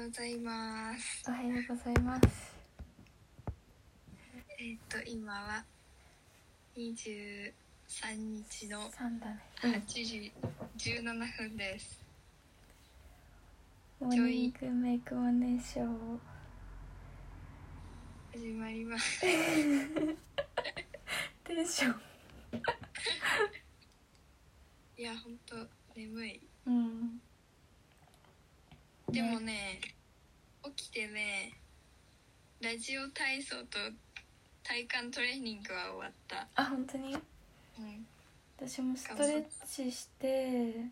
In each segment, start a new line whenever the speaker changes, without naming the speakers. うございます。
おはようございます。
えっ、と今は23日の
三だね。
8時17分です。
モーニングメイクマネーショー。
始まります。
テンション。
いや本当眠い。
うん。
でもね、起きてね、ラジオ体操と体幹トレーニングは終わった。
あ、本当に。
うん。
私もストレッチして。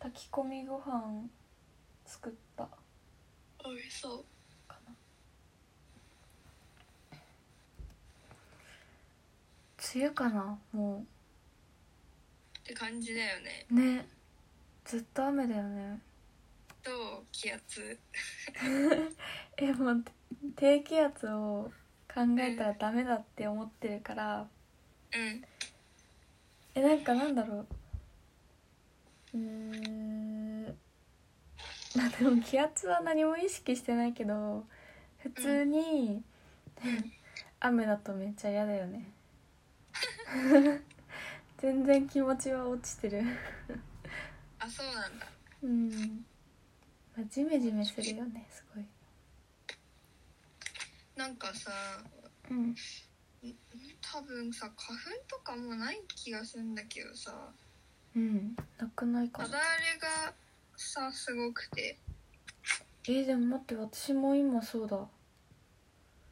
炊き込みご飯。作った。
美味しそう。
かな。梅雨かな、も
って感じだよね。
う。ね。ずっと雨だよね。
どう気圧。
えもう低気圧を考えたらダメだって思ってるから
うん。
えなんかなんだろううーん まあでも気圧は何も意識してないけど普通に 雨だとめっちゃ嫌だよね 全然気持ちは落ちてる
あそうなんだ。
うんまあジメジメするよねすごい
なんかさ、
うん
多分さ花粉とかもない気がするんだけどさ
うんなくないか
肌荒
も
れがさすごくて
えーでも待って私も今そうだ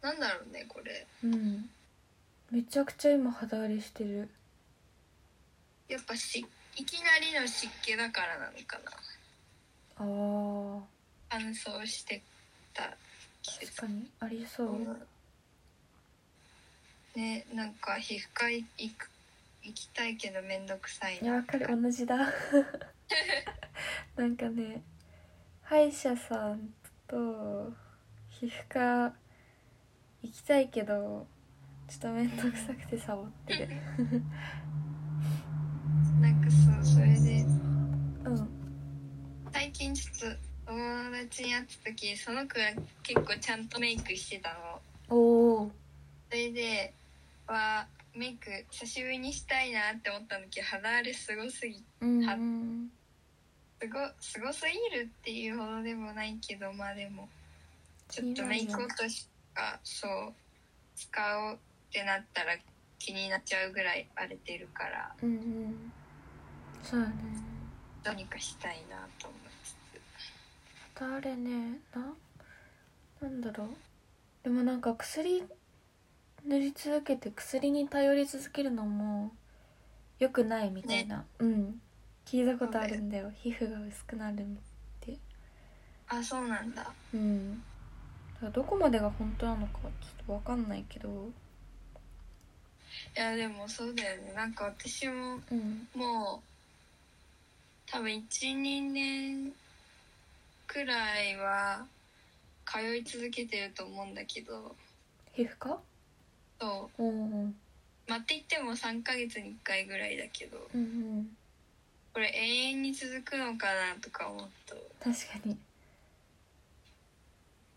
なんだろうねこれ
うんめちゃくちゃ今肌荒れしてる
やっぱしいきなりの湿気だからなのかな
あー
乾燥してた季
確
節
かにありそう、
ねなんか皮膚科行く行きたいけどめんどくさい
いや
な
わかる同じ だなんかね歯医者さんと皮膚科行きたいけどちょっと面倒くさくてサボってる
なんかそうそれで
うん
最近ちょっと友達に会った時その子が結構ちゃんとメイクしてたの
おお
それではメイク久しぶりにしたいなって思ったんだけど肌荒れすごすぎ
うんうん
すごすごすぎるっていうほどでもないけどまあでもちょっとメイク落としかそう使おうってなったら気になっちゃうぐらい荒れてるから
うんうんそうだね
どうにかしたいなと思いつ
誰ねななんだろうでもなんか薬塗り続けて薬に頼り続けるのも良くないみたいな、うん聞いたことあるんだよ皮膚が薄くなるって
あそうなんだ
うんだからどこまでが本当なのかちょっと分かんないけど
いやでもそうだよねなんか私も
うん
もう多分12年くらいは通い続けてると思うんだけど
皮膚科
そ
うんうん
う待っていっても3ヶ月に1回ぐらいだけど
うんうん
これ永遠に続くのかなとか思うと
確かに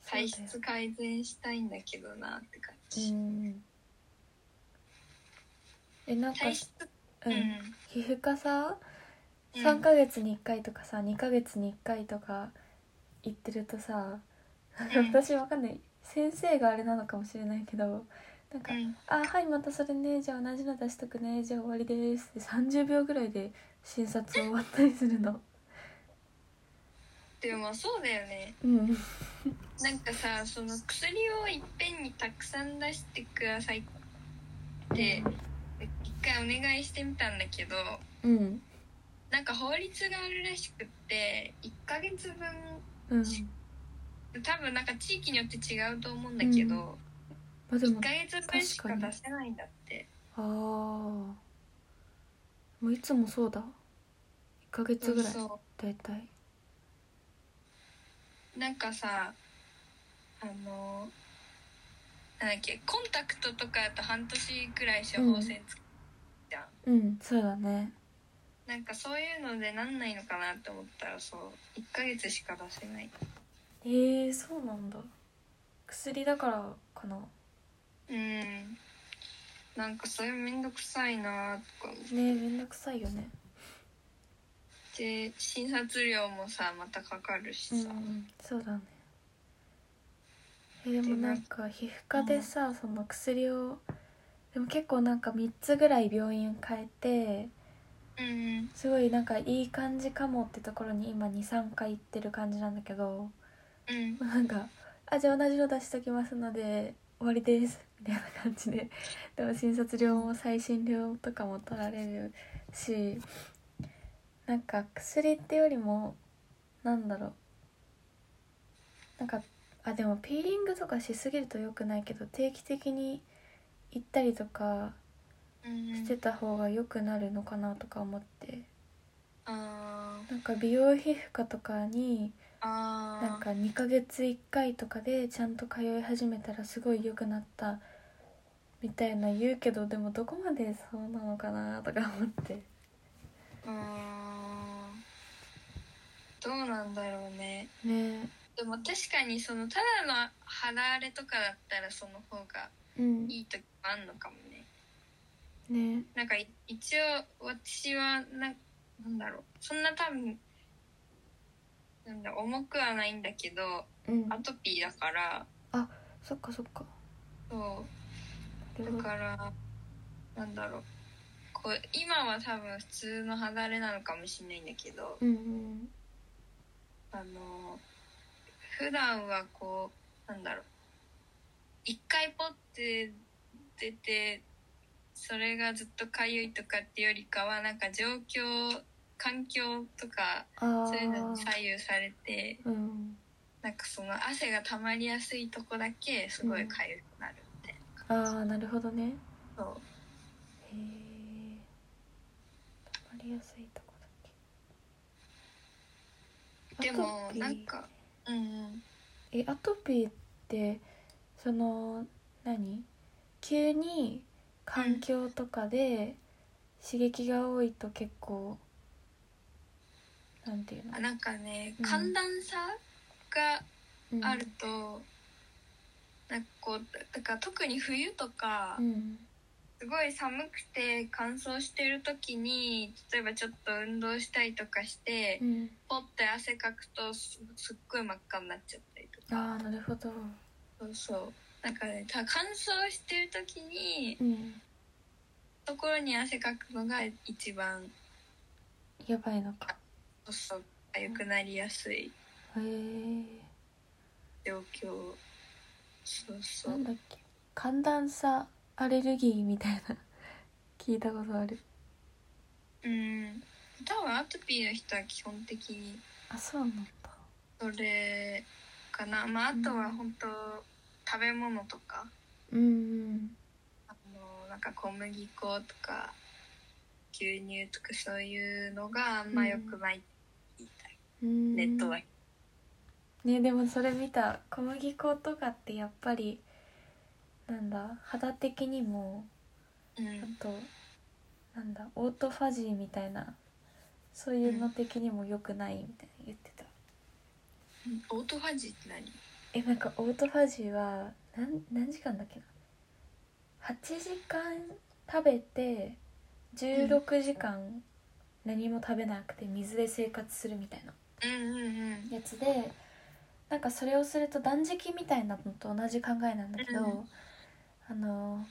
体
そうだよ
質改善したいんだけどなって感
う
じ、
んえなんか
体質う
う
んん
皮膚科さ
うん
3ヶ月に1回とかさ2ヶ月に1回とか行ってるとさ
うん
私わかんない先生があれなのかもしれないけどなんか
うん
「あはいまたそれねじゃあ同じの出しとくねじゃあ終わりです」って30秒ぐらいで診察終わったりするの。
でもそうだよね
うん、
なんかさその薬をいっぺんにたくさん出してくださいって一回お願いしてみたんだけど
うん
なんか法律があるらしくって1ヶ月分
うん
多分なんか地域によって違うと思うんだけど、
まあで
1
も
ヶ月分しか
確か
出
に
せないんだって
あーもういつもそうだ1ヶ月ぐらい
そ
大体
うなんかさあのなんだっけコンタクトとかだと半年くらい処方箋つくじゃん、
うんそうだね
なんかそういうのでなんないのかなって思ったらそう1ヶ月しか出せない
えー、そうなんだ薬だからかな
うんなんかそれめんどくさいなとか思っ
ねえめんどくさいよね
て診察料もさまたかかるし
うん、う
さ、
ん、そうだねえでもなんか皮膚科でさ、その薬をでも結構なんか3つぐらい病院変えて
うん
すごいなんかいい感じかもってところに今23回行ってる感じなんだけど
うん
なんか「あじゃあ同じの出しときますので終わりです」 みたいな感じででも診察料も最新料とかも取られるしなんか薬ってよりもなんだろうなんかあでもピーリングとかしすぎると良くないけど定期的に行ったりとか
うん
してた方が良くなるのかなとか思って
あー
なんか美容皮膚科とかに
あー
なんか2ヶ月1回とかでちゃんと通い始めたらすごい良くなったみたいな言うけどでもどこまでそうなのかなとか思って
うーんどうなんだろうね
ね
でも確かにそのただの肌荒れとかだったらその方が
うん
いい時もあんのかもね
ね
なんかい一応私はななんだろうそんな多分なんだ重くはないんだけど
うん
アトピーだから
そっかそっか
そう
な
だ
るほど
からなんだろうこう今は多分普通の肌荒れなのかもしれないんだけど
うんうん
あの普段はこうなんだろう一回ポッて出てそれがずっと痒いとかってよりかはなんか状況環境とか
あ
そういうのに
あ
左右されて
うん
なんかその汗が溜まりやすいとこだけすごい痒くなるみたい
ああなるほどね
な、そう
へえ溜まりやすいとこだっ
で
け
も
アトピー
なんかうんうん
えアトピーってその何急に環境とかで刺激が多いと結構なんていうの
あなんかね
うん
寒暖差が
うん
あると、なんかこうだから特に冬とか
うん
すごい寒くて乾燥してる時に例えばちょっと運動したりとかして、
うん
ポッて汗かくとすすっごい真っ赤になっちゃったりとか
ああなるほど
そうそうなんかねただ乾燥してる時に
うん
ところに汗かくのが一番
やばいのか
そうそう痒くなりやすい
へえ
状況そうそ
なん
う
だっけ寒暖差アレルギーみたいな聞いたことある
うん多分アトピーの人は基本的に
あそうなんだ
それかなまああとは本当食べ物とか
うんうん
あのなんか小麦粉とか牛乳とかそういうのがあんま良くないって言いたい、
うん
ネットだけ
ねでもそれ見た小麦粉とかってやっぱりなんだ肌的にも
うん
あとなんだオートファジーみたいなそういうの的にも良くないみたいな言ってた、
オートファジーって何
えなんかオートファジーはなん何時間だっけな8時間食べて16時間何も食べなくて水で生活するみたいな
うんうんうん
やつでなんかそれをすると断食みたいなのと同じ考えなんだけど、
うん
あの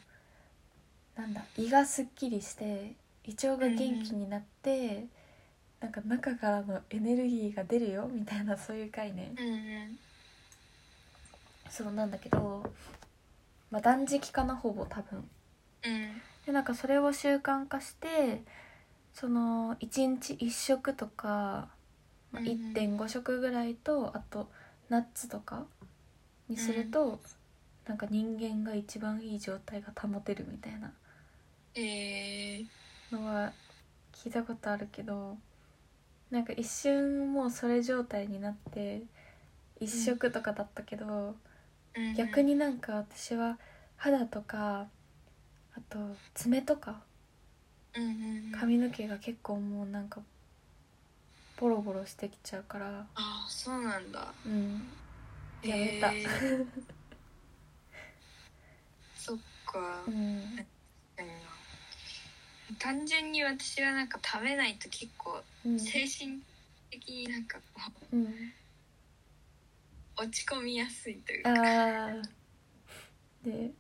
なんだ胃がすっきりして胃腸が元気になって、なんか中からのエネルギーが出るよみたいなそういう概念、
うんうん
そうなんだけど、まあ、断食かなほぼ多分。
うん
でなんかそれを習慣化してその1日1食とか、まあ、
うんうん
1.5食ぐらいとあとナッツとかにすると、なんか人間が一番いい状態が保てるみたいな
えー、
のは聞いたことあるけどなんか一瞬もうそれ状態になって1食とかだったけど、
うんうん
逆になんか私は肌とかあと爪とか
うんうんうん
髪の毛が結構もうなんかボロボロしてきちゃうから
ああそうなんだ
うんやめた、
へー そっか
うん
うん単純に私はなんか食べないと結構
うん
精神的になんかこ
うん
う落ち込みやすいというか
ああで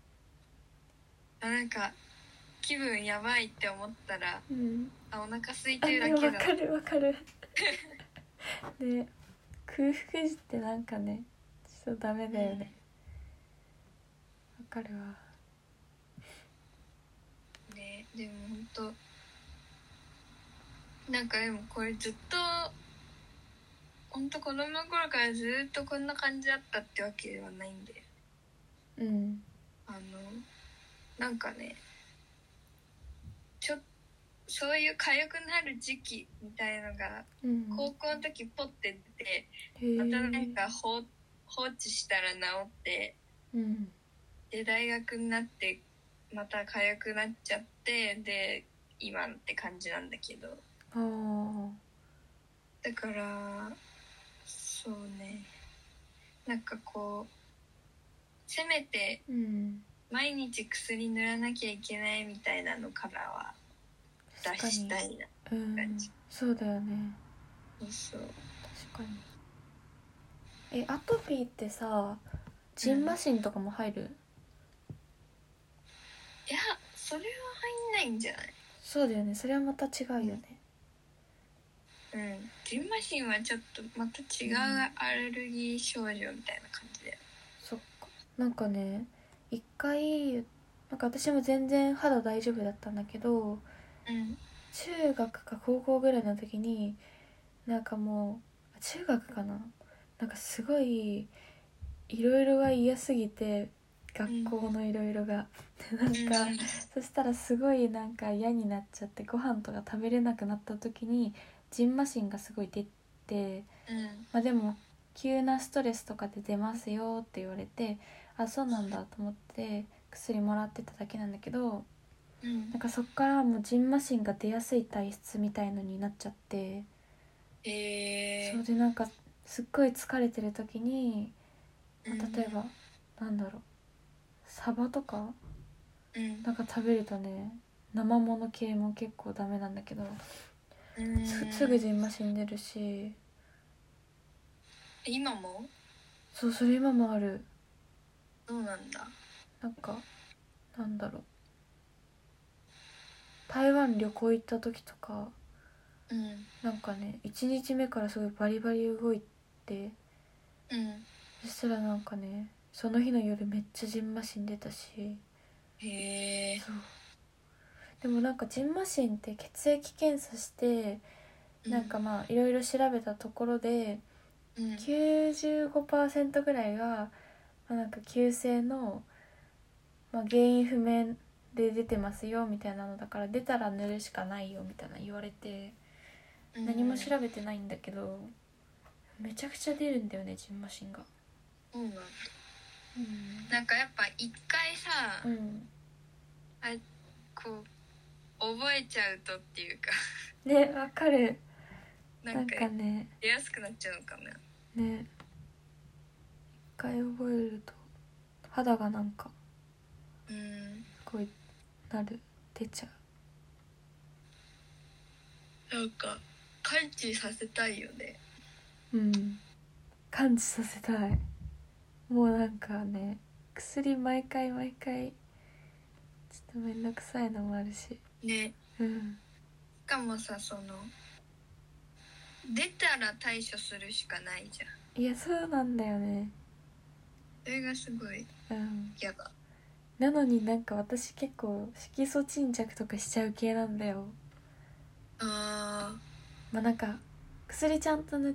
なんか気分やばいって思ったら
うん
あお腹空い
あ
てるだ
でも
け
わ
だ
かるわかる で空腹時ってなんかねちょっとダメだよねわかるわ
ねでも本当なんかでもこれずっと本当子供の頃からずっとこんな感じだったってわけではないんで
うん
あのなんかねちょそういう痒くなる時期みたいのが
うん
高校の時ポッて出て
へえ
またなんか放放置したら治って
うん
で大学になってまた痒くなっちゃってで今って感じなんだけど
ああ
だからそうねなんかこうせめて
うん
毎日薬塗らなきゃいけないみたいなのからは
確
出した
か
いな
にうんそうだよね
そう
確かにえアトピーってさジンマシンとかも入る、
いやそれは入んないんじゃない
そうだよねそれはまた違うよね
うんジンマシンはちょっとまた違うアレルギー症状みたいな感じで
そっかなんかね一回なんか私も全然肌大丈夫だったんだけど
うん
中学か高校ぐらいの時になんかもうあ中学かななんかすごいいろいろが嫌すぎて学校のいろいろが、でなんか、そしたらすごいなんか嫌になっちゃってご飯とか食べれなくなった時にジンマシンがすごい出て、
うん
まあ、でも急なストレスとかで出ますよって言われてあそうなんだと思って薬もらってただけなんだけど
うん
なんかそっからもうジンマシンが出やすい体質みたいのになっちゃって
え
それでなんかすっごい疲れてる時に、
ー、
まあ例えばなんだろうサバとか
うん
なんか食べるとね生もの系も結構ダメなんだけど
うん
すすぐジンマシン出るし
今も
そうそれ今もある
そうなんだ
なんかなんだろう台湾旅行行った時とか
うん
なんかね1日目からすごいバリバリ動いて
うん
そしたらなんかねその日の夜めっちゃジンマシン出たし
へえ
そうでもなんかジンマシンって血液検査してなんかまあいろいろ調べたところで
うん
95%ぐらいが、まあ、なんか急性の、まあ、原因不明で出てますよみたいなのだから出たら塗るしかないよみたいな言われて何も
べ
調べてないんだけどめちゃくちゃ出るんだよねジンマシンが。
そうなんだ
うん
なんかやっぱ一回さ、
うん、
こう覚えちゃうとっていうか
ねわかる
な
なん
ん
か
か
ね
出やすくなっちゃうのかな
ね一回覚えると肌がなんか
うん
こうなる出ちゃう
なんか完治させたいよね
うん感知させたいもうなんかね薬毎回毎回ちょっとめんどくさいのもあるし
ね
うん
しかもさその出たら対処するしかないじゃん
いやそうなんだよね
それがすごい
うん
嫌だ
なのになんか私結構色素沈着とかしちゃう系なんだよ
あ
まあなんか薬ちゃんと塗っ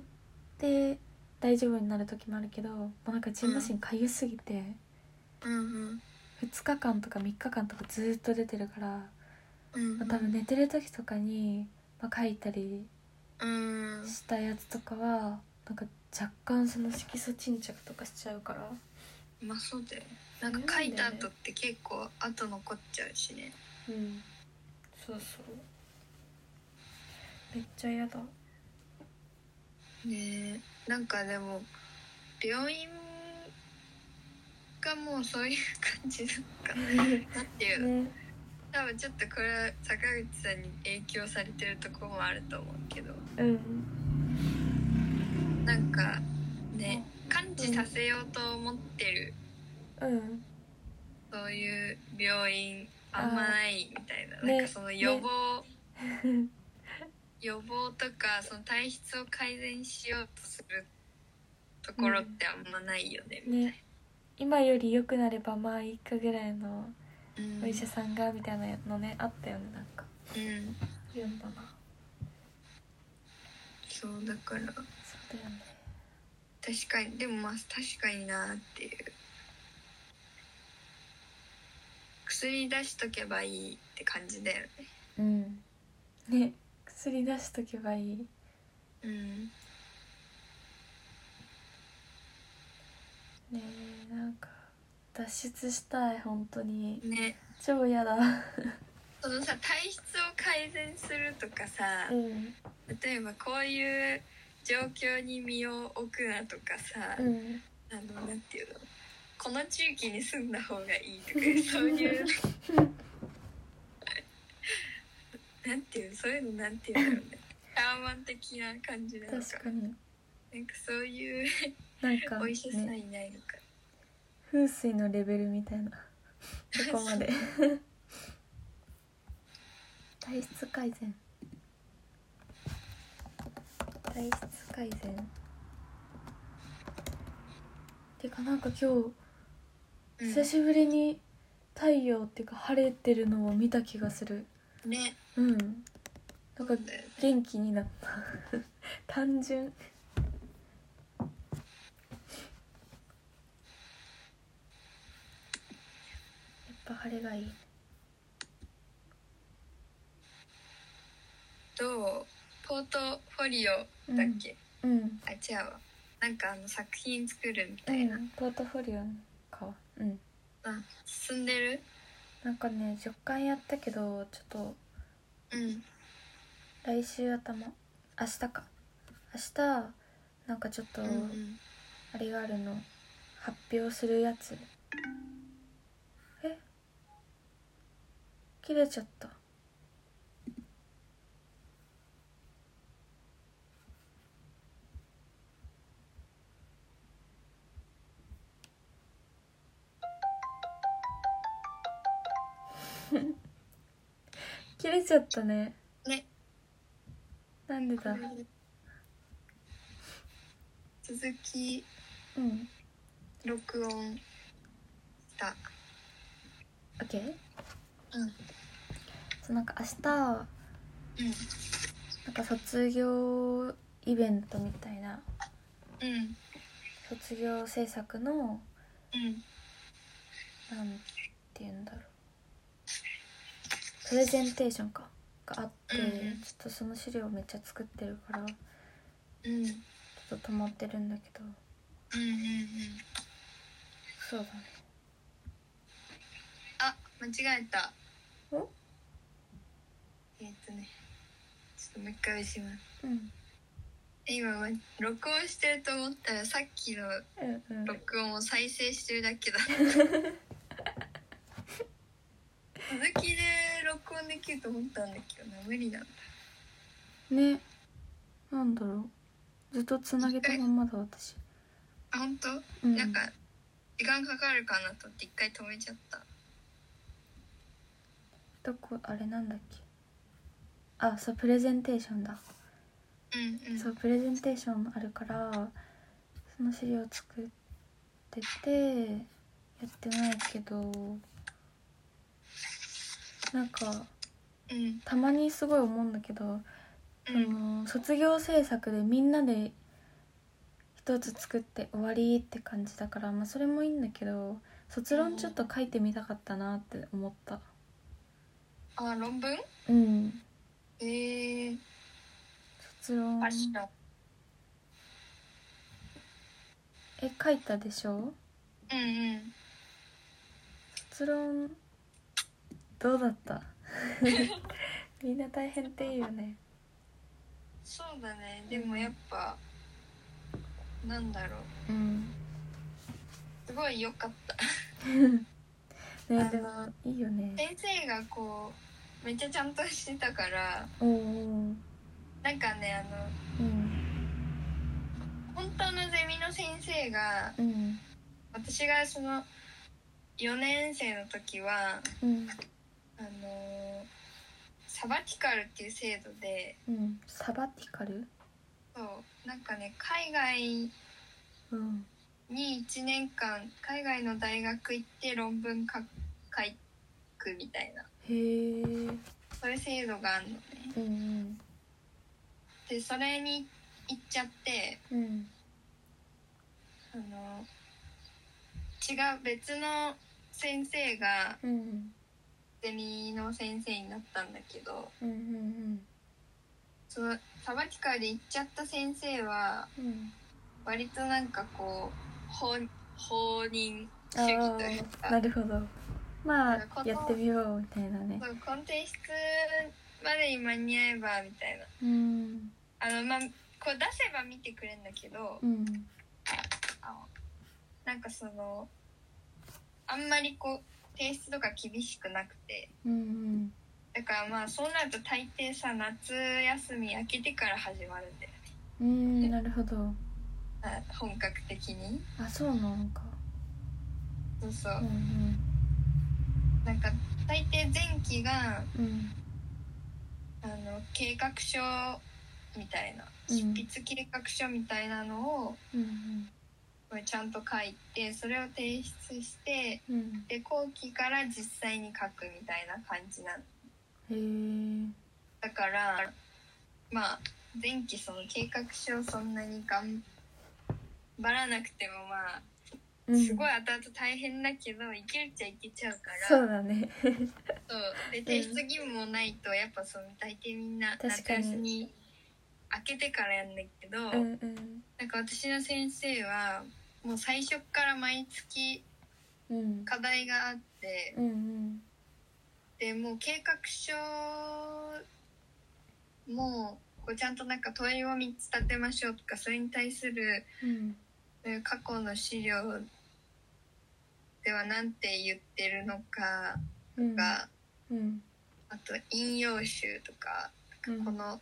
て大丈夫になる時もあるけど、まあ、なんかジンマシンかゆすぎて
ーうん
2日間とか3日間とかずーっと出てるから、
うんうん
まあ、多分寝てる時とかに、まあ、書いたり
うん
したやつとかはなんか若干その色素沈着とかしちゃうから
まあそうだよねなんか書いた後って結構後残っちゃうしね
うんそうそうめっちゃ嫌だ
ねえなんかでも病院がもうそういう感じだ からなんていうの
ね
多分ちょっとこれは坂口さんに影響されてるとこもあると思うけど
うん
なんかね完治させようと思ってる
うん
そういう病院あんまないみたいな
あーね
なんかその予防、予防とかその体質を改善しようとするところってあんまないよね、み
ね今より良くなればまあいいかぐらいの
たいな
お医者さんがみたいなのねあったよねなんか
うん
読んだな
そうだから確
そうだよね
かにでもまあ確かになっていう薬出しとけばいいって感じだよね
うんね薬出しとけばいい
うん
ねえなんか脱出したい本当に
ね
超嫌だ
そのさ体質を改善するとかさ、
うん
例えばこういう状況に身を置くなとかさ、
うん
あのなんていうのこの地域に住んだ方がいいとか そういうなんていうのそういうのなんていうんだろうねターマン的な感じなのか
確かに
なんかそういう
なんか、
お医者さん
ね、
いないのか、
風水のレベルみたいなどこまで体質改善体質改善てかなんか今日
うん
久しぶりに太陽っていうか晴れてるのを見た気がする
ね
うんなんか
そうだよね
元気になった 単純やっぱ晴れがいい
どうポートフォリオだっけ、
うん、
あ違うわなんかあの作品作るみ
う
たいな、
ん、ポートフォリオかうん
あ進んでる
なんかね10巻やったけどちょっと
うん
来週頭明日か明日なんかちょっと、
うんうん
あれがあるの発表するやつえ切れちゃった 切れちゃったね
ね
なんでだ
続き
うん
録音した。
OK
うん
そうなんか明日
う
なんか卒業イベントみたいなん
うん
卒業制作の
うん
なんて言うんだろうプレゼンテーションかがあって、
うんうん
ちょっとその資料をめっちゃ作ってるからち
うんうん
ょっと止まってるんだけど
うん
そうだね
あ間違えた
ん
えっとねちょっともう一回します
うん
今ま録音してると思ったらさっきの
うんうん
録音を再生してるだけだ続きで録音できると思ったんだけどな無理なんだ
ねなんだろうずっとつなげたまんまだ私
あ本当、
うん
なんか時間かかるかなと思って一回止めちゃった
どこあれなんだっけあそうプレゼンテーションだ
うんうん
そうプレゼンテーションあるからその資料作っててやってないけどなんか
うん
たまにすごい思うんだけど、
う
あ
ん
の卒業制作でみんなで一つ作って終わりって感じだから、まあ、それもいいんだけど卒論ちょっと書いてみたかったなって思った。
あ論文
うん
ええー、
卒論
あしら
え書いたでしょ
うんうん
卒論 どうだったみんな大変っていうよね
そうだねでもやっぱ、なんだろう
うん
すごい良かった
ね
あ
でもいいよね
先生がこうめっちゃちゃんとしてたから
おお
なんかねあの
うん
本当のゼミの先生が
うん
私がその4年生の時は
うん
あのサバティカルっていう制度で
うんサバティカル
そうなんかね海外
うん
に1年間海外の大学行って論文書書くみたいな
へえうん
そういう制度があるのね
うん
でそれに行っちゃって
うん
あの違う別の先生が
うん
ゼミの先生になったんだけど
うんうん
そのサバティカルで行っちゃった先生は
うんうん
割となんかこう放放任主
あ
義という
あ
か
なるほどま
なんかこ
あ
の
やってみようみたいなね
そうコンテンツまでに間に合えばみたいな
うん
あのまあこう出せば見てくれんだけど
うん
あのなんかそのあんまりこう提出とか厳しくなくて
うん
だからまあそうなると大抵さ夏休み明けてから始まるんだよね
うんうんなるほど
あ本格的に
あそうなのか
そうそう、
うん
なんか大抵前期が
うんうん
あの計画書みたいな
うん
執筆計画書みたいなのを
うん
これちゃんと書いてそれを提出して
うんうん
で後期から実際に書くみたいな感じなん
へえ
だからまあ前期その計画書そんなに頑張らなくてもま
う
あ
ん
すごい後々大変だけどいけるっちゃいけちゃうから
そうだね
そうで提出義務もないとやっぱその大抵みんな
確
夏
かに
休み明けてからやんだけど、
うんうん
なんか私の先生はもう最初っから毎月
うん
課題があって
うんうん
でもう計画書もこうちゃんとなんか問いを3つ立てましょうとかそれに対する
うん
えー過去の資料では何て言ってるのか
う
と
ん
か、
うん
あと引用集とか
うん
この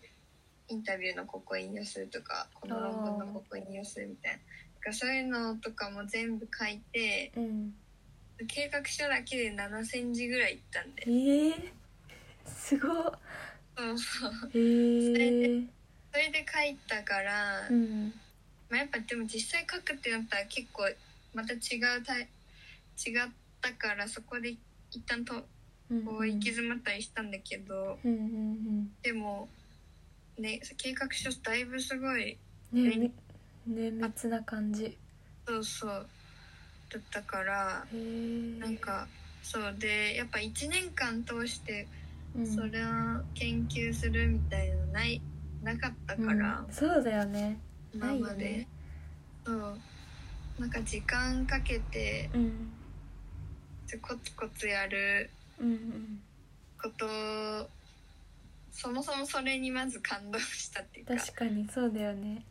インタビューのここ引用するとかこの論文のここ引用するみたいなだからそういうのとかも全部書いて
うん
計画書だけで7センチぐらいいったんで
ええすごっ
そうそう
へえ
それで書いたから、
うん
まあ、やっぱでも実際書くってなったら結構また違うタイ違ったからそこで一旦と
うん
こう行き詰まったりしたんだけど
うんうん
でもね計画書だいぶすごい
うんねみね密な感じへ
そうそうだったから
え
なんかそうでやっぱ1年間通して
うん
それを研究するみたいのないなかったから
うん、そうだよね
今ま
ないよ
で
ね
そうなんか時間かけて
うん
コツコツやる
うん
ことそもそもそれにまず感動したっていう
う
か
ん確かにそうだよね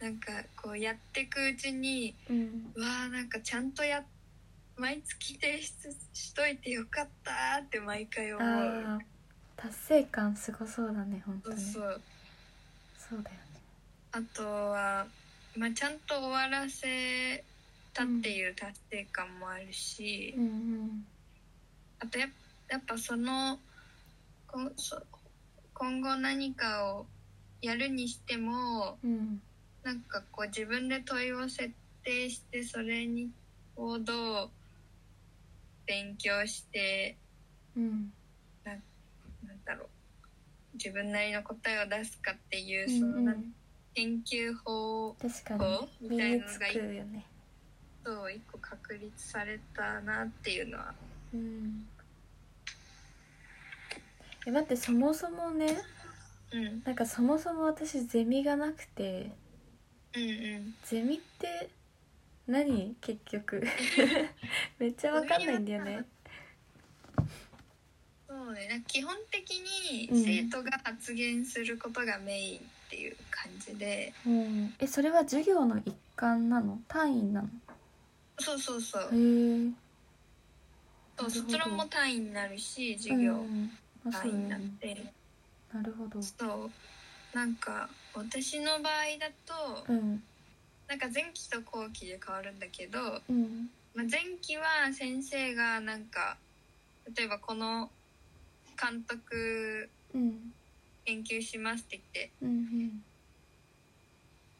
なんかこうやってくうちに
うん
うわーなんかちゃんとや毎月提出しといてよかったーって毎回思う。
ああ達成感すごそうだね本当
そう
にそ
そうう
だよね
あとは、まあ、ちゃんと終わらせたっていう達成感もあるし、
うん
あとやっやっぱそのこんそ今後何かをやるにしても
うんうん
なんかこう自分で問いを設定してそれにをどう勉強して
うん
なんだろう自分なりの答えを出すかっていう
う
その
んう
なん
ん
研究法を
確か
こ
に
うみた
身
い
に
なの
つ
がい
くよね
そう一個確立されたなっていうのは
うんえ待ってそもそもね
うんうん
なんかそもそも私ゼミがなくて
うん
ゼミって何結局めっちゃわかんないんだよね
そそうねなんか基本的に
うん
生徒が発言することがメインっていう感じで、
うんえそれは授業の一環なの単位なの
そうそうそう
へえ
そう
なるほど
卒論も単位になるし授業
う
も
んあそ
単
う
位になっ
ね
て、
なるほど
そうなんか私の場合だと
うん
なんか前期と後期で変わるんだけど、
うん
まあ、前期は先生がなんか例えばこの監督
うん
研究しますって言って
うんうん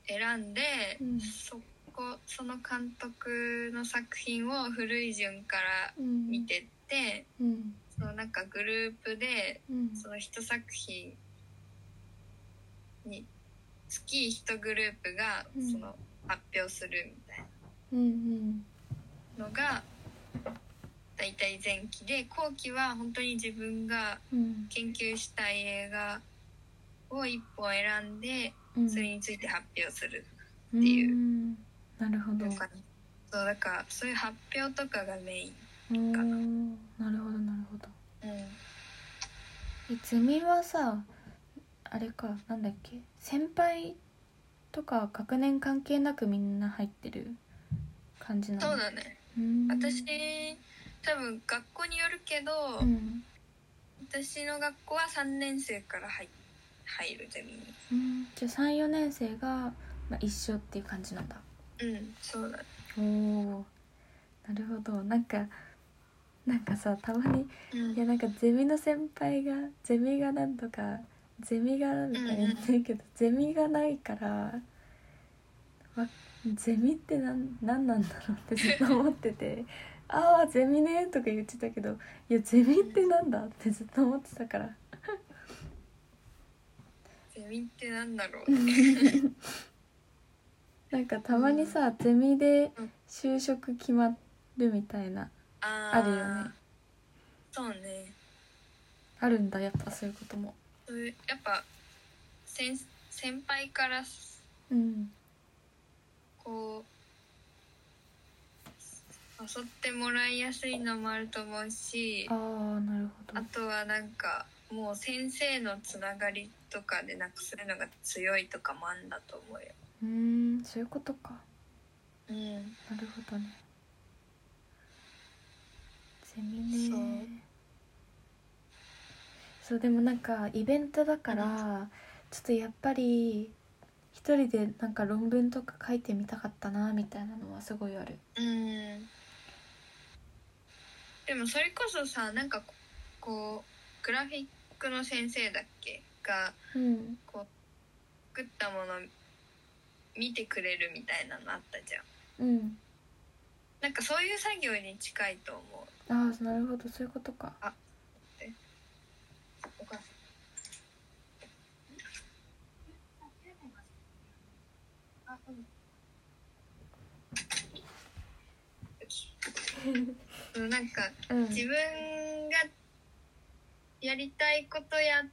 選んで、
うん
そこその監督の作品を古い順から
うん
見てって、
うん
そのなんかグループで
うん
その一作品につき一グループが
うん
その発表するみたい
うんうん
なのが大体前期で後期は本当に自分が
うん
研究したい映画を一本選んで
うん
それについて発表する
って
いう
なるほど
とか、そうだからそういう発表とかがメイン。
うんなるほどなるほど
うん
えゼミはさあれかなんだっけ先輩とか学年関係なくみんな入ってる感じなの
そうだね
うん
私多分学校によるけど、
うん
私の学校は3年生から入入るゼミ
うんじゃあ34年生が、まあ、一緒っていう感じなんだ
にうんそうだね
おおなるほどなんかなんかさたまに
うん
いやなんかゼミの先輩がゼミがなんとかゼミがみたいな言ってるけど、ゼミがないからわゼミってなんなんなんだろうってずっと思ってて「ああゼミね」とか言ってたけど「いやゼミってなんだ?」ってずっと思ってたから
ゼミってなんだろうね
なんかたまにさゼミで就職決まるみたいな
あー
あるよね
そうね
あるんだやっぱそういうことも。
そういうやっぱ先先輩から
うん
こう誘ってもらいやすいのもあると思うし
ああなるほ
あ
ど。
とはなんかもう先生のつながりとかでなくするのが強いとかもあんだと思うよ。
うーんそういうことか。
うん
なるほどねゼミ
そう
ねそうでもなんかイベントだから、ちょっとやっぱり一人でなんか論文とか書いてみたかったなみたいなのはすごいある
うんでもそれこそさなんかここうグラフィックの先生だっけが
うん
作ったもの見てくれるみたいなのあったじゃん
うん
なんかそういう作業に近いと思う
ああなるほどそういうことか
お母さんあうんよし うんなんか
うん
自分がやりたいことやっ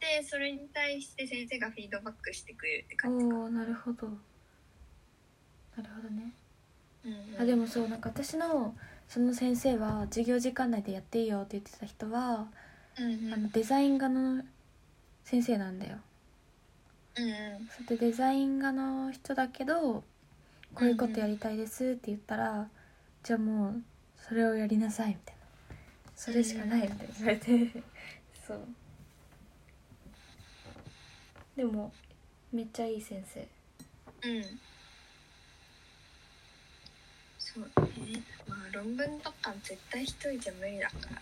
てそれに対して先生がフィードバックしてくれるって感じか、
おおなるほどなるほどね
うんうん、
あでもそうなんか私のその先生は授業時間内でやっていいよって言ってた人は
うんうん
あのデザイン画の先生なんだよ
うんうん
それでデザイン画の人だけどこういうことやりたいですって言ったら、じゃあもうそれをやりなさいみたいなそれしかないみたいな言われて、 そうでもめっちゃいい先生
うんそうねまあ論文とか絶対一人じゃ無理だからね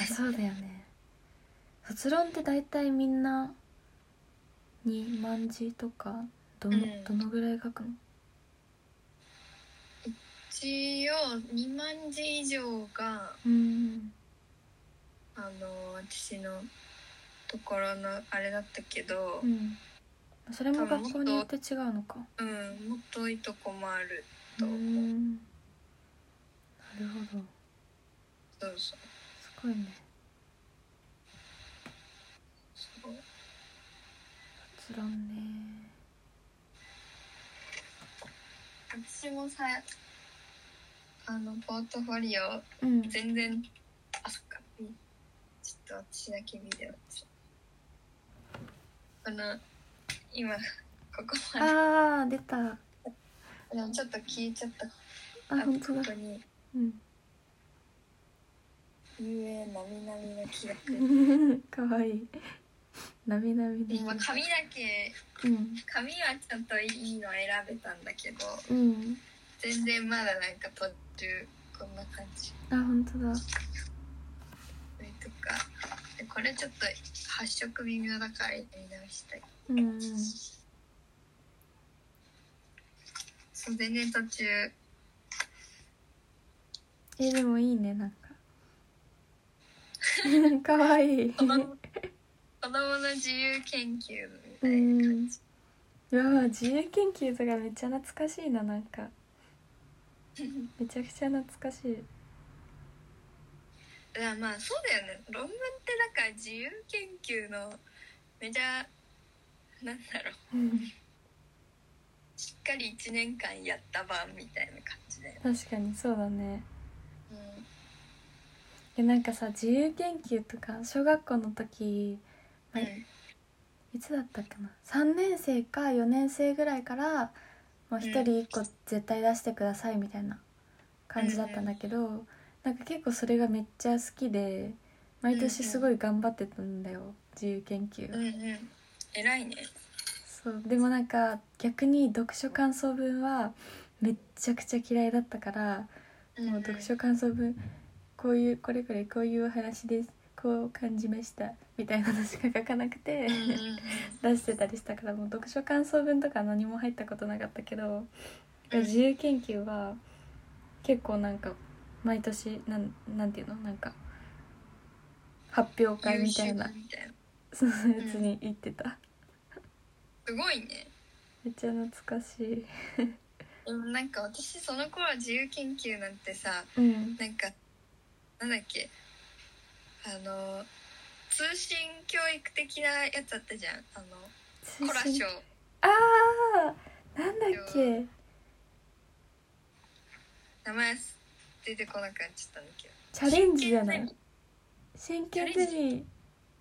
あそうだよね卒論って大体みんな2万字とかどの,、
うん
どのぐらい書くの
一応2万字以上が
うん
あの私のところのあれだったけど
うんそれも学校によって違うのか
うん、もっと多いとこもある
う
と思う、
んなるほど
そうそう
すごいね
そう
卒論ね
私もさあのポートフォリオ
うん
全然あそっかちょっと私だけビデオですこの今ここまで
あー出たあ
でもちょっと消えちゃった
本当
こ
だ
こに
うん
「ゆえなみなみの気楽」
かわいいなみなみ
で
で
今髪だけ
うん
髪はちゃんといいの選べたんだけど
うん
全然まだなんか途中こんな感じ
あ本当だ
これとかでこれちょっと発色微妙だからやり直したい
うんうん
そう全然途中
えでもいいねなん かかわい い
子供子供の自由研究みた
う
いな感
ん
じ
うわ自由研究とかめっちゃ懐かしいななん かめちゃくちゃ懐かしい
だからまあそうだよね論文ってなんか自由研究のめちゃなんだろう
うん
しっかり1年間やった版みたいな感じだよ、
確かにそうだね
うん、
えなんかさ自由研究とか小学校の時
う
は
ん
いいつだったっけな3年生か4年生ぐらいからもう1人1個絶対出してくださいみたいな感じだったんだけど、なんか結構それがめっちゃ好きで毎年すごい頑張ってたんだよ、自由研究
うんうん偉いね
そうでもなんか逆に読書感想文はめっちゃくちゃ嫌いだったから、もう読書感想文こういうこれこれこういうお話ですこう感じましたみたいなのしか書かなく
う
て、
んうん うん
出してたりしたからもう読書感想文とか何も入ったことなかったけど、
うん
自由研究は結構なんか毎年なんなんていうのなんか発表会みたいな
優秀みたいな
そのやつに行ってた、
すごいね
めっちゃ懐かしい
でもなんか私その頃自由研究なんてさ
うん
なんかなんだっけあの通信教育的なやつあったじゃんあのコラショ
あーなんだっけ
名前出てこなくなっちゃったんだけど
チャレンジじゃな
真剣ゼミ
い真剣ゼミ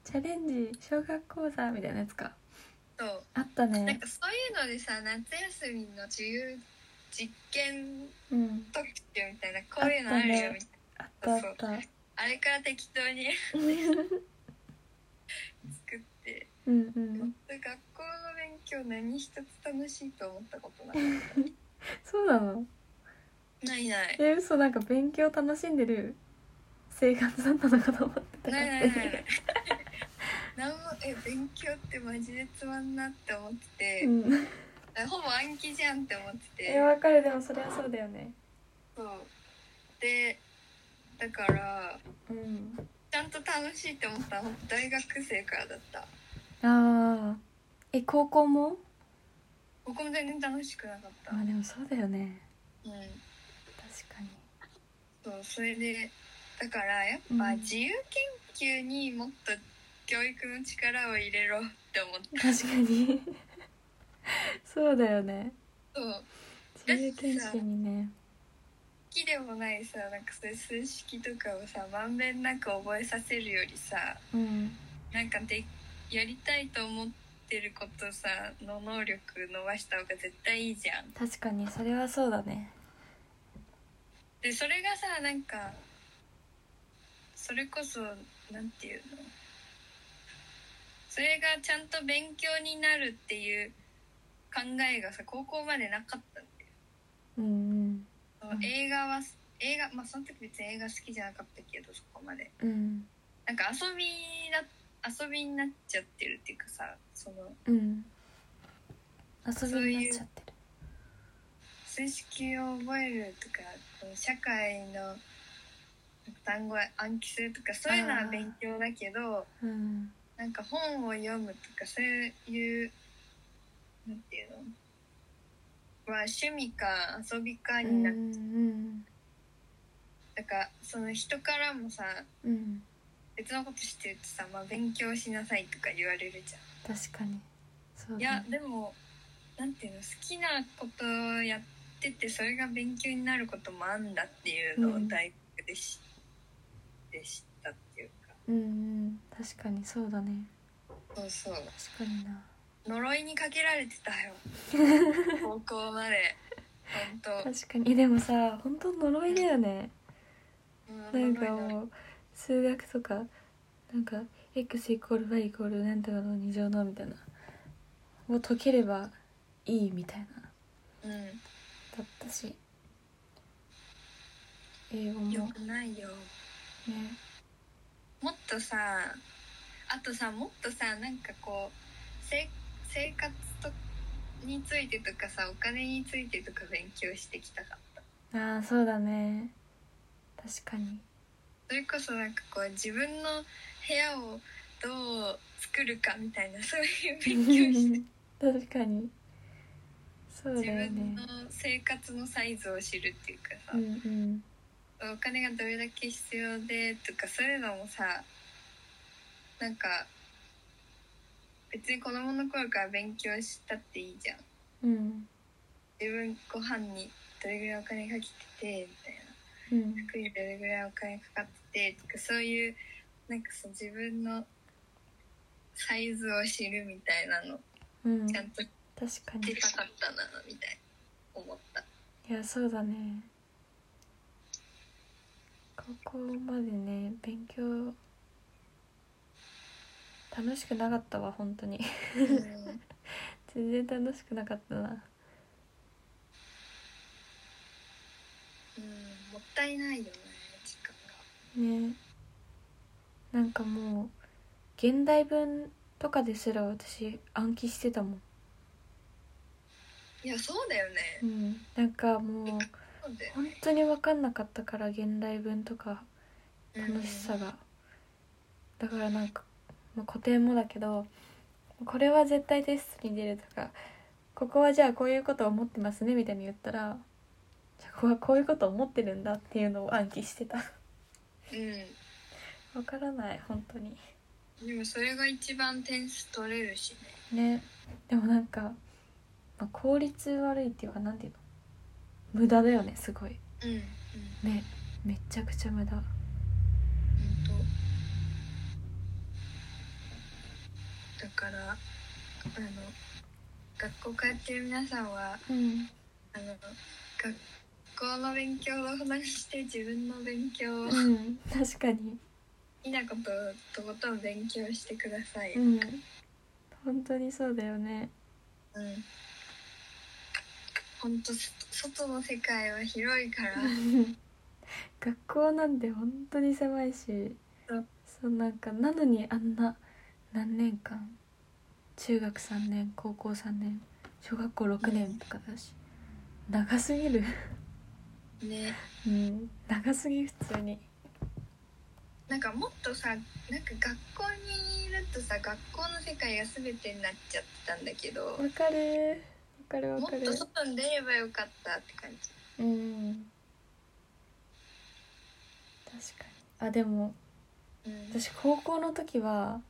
チャレンジ小学講座みたいなやつか
そう
あった
なん
ね
かそういうのでさ夏休みの自由実験
うん
特集みたいなこういうのあるよみたいな
あったねあったあった
あれから適当に作って
うんうん
学校の勉強何一つ楽しいと思ったことなかっ
そうなの
たないない
え嘘なんか勉強楽しんでる生活だったのかと思ってた
ないないな
勝
い
手に
ないなんもえ勉強ってマジでつまんなって思ってて、
うん、
ほぼ暗記じゃんって思って
え
て
わかるでもそれはそうだよね
そうでだから
うん
ちゃんと楽しいって思ったの大学生からだった
ああえ高校も
ここも全然楽しくなかった
あでもそうだよね
うん
確かに
そうそれでだからやっぱ
うん
自由研究にもっと教育の力を入れろって思った
確かに そうだよね
そう
自由研究にね
好きでもないさなんかそういう数式とかをさまんべんなく覚えさせるよりさ
うん
なんかでやりたいと思ってることさの能力伸ばした方が絶対いいじゃん
確かにそれはそうだね
でそれがさなんかそれこそなんていうのそれがちゃんと勉強になるっていう考えがさ高校までなかったんだよ
うんうん
そ
うん
の映画は映画まあその時別に映画好きじゃなかったけどそこまで
うん
なんか遊びだ遊びになっちゃってるっていうかさその
うん遊びになっちゃってる
数式を覚えるとかこう社会の単語を暗記するとかそういうのは勉強だけど
うん
なんか本を読むとかそういうなんていうのは趣味か遊びか
う
に
ん
な
う
っ
ん
たからその人からもさ
うん
別のことしてるとさ、まあ、勉強しなさいとか言われるじゃん。
確かにそう
い
だ
や
ね
でもなんていうの好きなことをやっててそれが勉強になることもあんだっていうのを大学で知,、で知ったっていうか
うんうん確かにそうだね
そうそう
確かにな
呪いにかけられてた よ高校まで本当
確かにえでもさ本当呪いだよねなんか
呪い
もう数学とかなんか x イコール y イコールなんとかの二乗のみたいなを解ければいいみたいな
の
だったし英語
うん
も
よ
ね
くないよもっとさあとさもっとさなんかこうせ生活とについてとかさお金についてとか勉強してきたかった
ああそうだね確かに
それこそなんかこう自分の部屋をどう作るかみたいなそういう勉強して
確かに そう
自
だよ
分
ね
の生活のサイズを知るっていうかさ
う、んうん
お金がどれだけ必要でとかそういうのもさなんか別に子供の頃から勉強したっていいじゃん
うん
自分ご飯にどれぐらいお金かけててみたいな
うん
服にどれぐらいお金かかっててとかそういうなんかさ自分のサイズを知るみたいなの
うん
ちゃんと
確かに
出たかったなみたいな思った
いやそうだね高校までね勉強楽しくなかったわ本当に
うん
全然楽しくなかったな
うんもったいないよね時間が
ねなんかもう現代文とかですら私暗記してたもん、
いやそうだよね
うん、なんかも
そ
う
うだよ
本当に分かんなかったから現代文とか楽しさが、だからなんか、まあ、古典もだけどこれは絶対テストに出るとかここはじゃあこういうことを思ってますねみたいに言ったらじゃあここはこういうことを思ってるんだっていうのを暗記してた
うん
分からない本当に
でもそれが一番点数取れるしね
ねでもなんか、まあ、効率悪いっていうかなんていうの無駄だよねすごい
うんうん
ねめちゃくちゃ無駄
本当だからあの学校通ってる皆さんは
うん
あの学校の勉強の話して自分の勉強を好
うん確かに
きなことをとことん勉強してください、
うん本当にそうだよね
うん本当外の世界は広いから、
学校なんて本当に狭いし
うん
そうなんかなのにあんな何年間中学3年高校3年小学校6年とかだし長すぎる
ね
うん 長すぎ普通に
なんかもっとさなんか学校にいるとさ学校の世界が全てになっちゃってたんだけど、
わかるわかるわ
もっ
かる
と外に出ればよかったって感じ
うん確かにあでも
うん
私高校の時は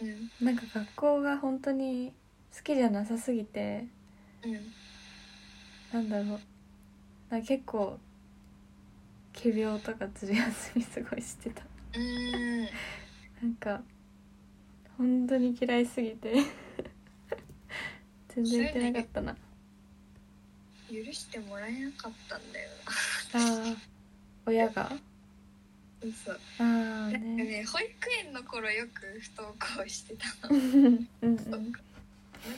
うん
なんか学校が本当に好きじゃなさすぎて
うん
なんだろうなんか結構仮病とかずる休みすごいしてた
うーん
なんか本当に嫌いすぎて 全然行ってなかったな
許してもらえなかったんだよな
あー親が
そう
ああ
なんか
ね
ね保育園の頃よく不登校してたの
うんうんうん
そうお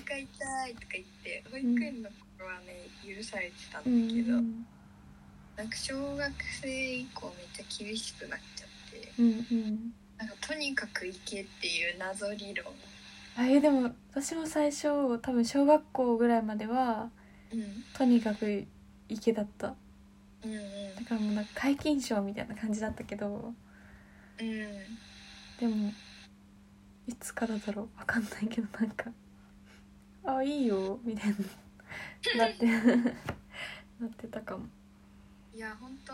腹痛いとか言って保育園の頃はね許されてた
うん
だけど、
ん
なんか小学生以降めっちゃ厳しくなっちゃって
うんうん
なんかとにかく行けっていう謎理論
あえでも私も最初多分小学校ぐらいまでは
うん
とにかく池だった
うん
だからもうなんか皆勤賞みたいな感じだったけど
うんうん
でもいつからだろうわかんないけどなんか「あいいよ」みたいななってなってたかも
いや本当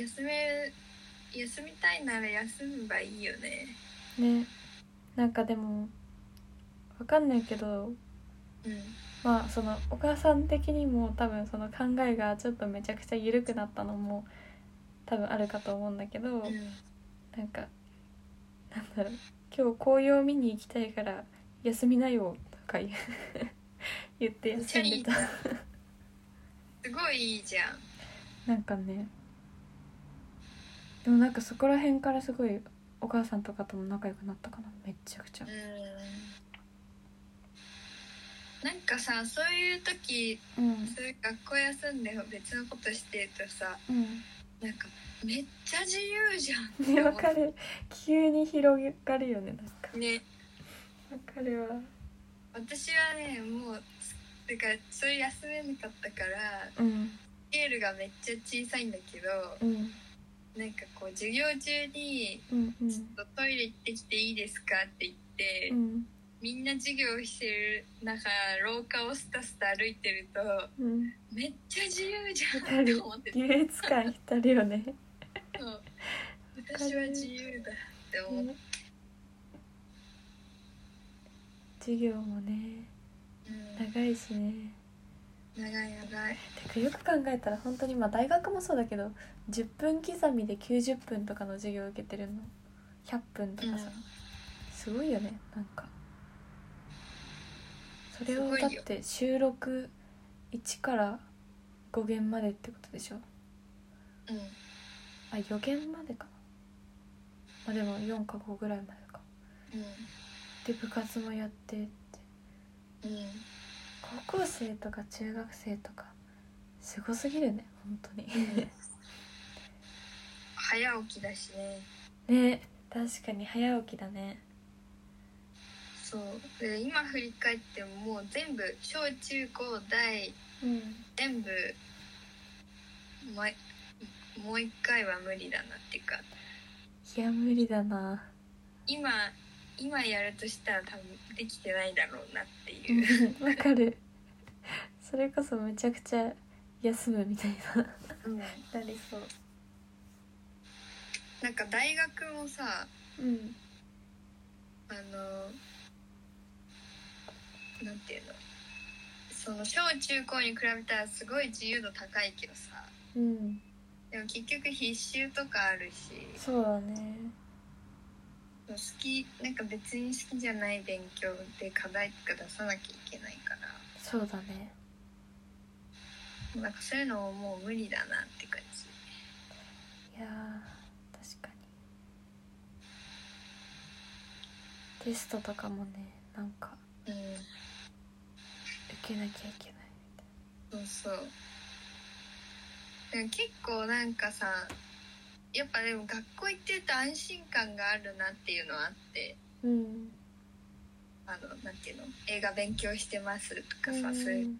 休め休みたいなら休めばいいよね
ねなんかでもわかんないけど
うん
まあそのお母さん的にも多分その考えがちょっとめちゃくちゃ緩くなったのも多分あるかと思うんだけど、
うん
なんかなんだろう今日紅葉見に行きたいから休みなよとか言う 言って
めっち
休
ゃ
ん
い
で
い
た
なすごいいいじゃん
なんかねでもなんかそこら辺からすごいお母さんとかとも仲良くなったかなめっちゃくちゃ
うんなんかさそういう時
うん
そういう学校休んで別のことしてるとさ
う
なんかめっちゃ自由じゃんっ
んね
て思
わ
う
かる急に広がるよねなんか
ね
わかるわ
私はねもうだからそれ休めなかったから
うん
スケールがめっちゃ小さいんだけど
うん
なんかこう授業中に
うん
「
う
ちょっ
ん
とトイレ行ってきていいですか?」って言って、
うん
みんな授業してる中廊下をスタスタ歩いてると
うん
めっちゃ自由じゃ
わか
んって
る
思って
優越感浸るよね
たそう私は自由だって思って、
ね授業もね
うん、
長いしね
長い長い
てかよく考えたら本当にまあ大学もそうだけど10分刻みで90分とかの授業を受けてるの100分とかさ、すごいよねなんかそれを
すごい
だっ
よ
て収録1から5限までってことでしょ
うん、うん
あ4限までかなまあでも4か5ぐらいまでかで部活もやってって
うんうん
高校生とか中学生とかすごすぎるね本当に
早起きだしね
ね確かに早起きだね
そうで今振り返ってももう全部小中高大
うん
全部もうもう一回は無理だなっていうか
いや無理だな
今今やるとしたら多分できてないだろうなっていう
わかるそれこそめちゃくちゃ休むみたいな
うん
なりそう
なんか大学もさ
うん
あのなんていうのその小中高に比べたらすごい自由度高いけどさ
うん
でも結局必修とかあるし
そうだね
好きなんか別に好きじゃない勉強で課題とか出さなきゃいけないから
そうだね
なんかそういうのももう無理だなって感じ
いやー確かにテストとかもねなんか
うん
受けなきゃいけない
そうそうでも結構なんかさやっぱでも学校行ってると安心感があるなっていうのはあって
うん
あのなんていうの映画勉強してますとかさ、そういう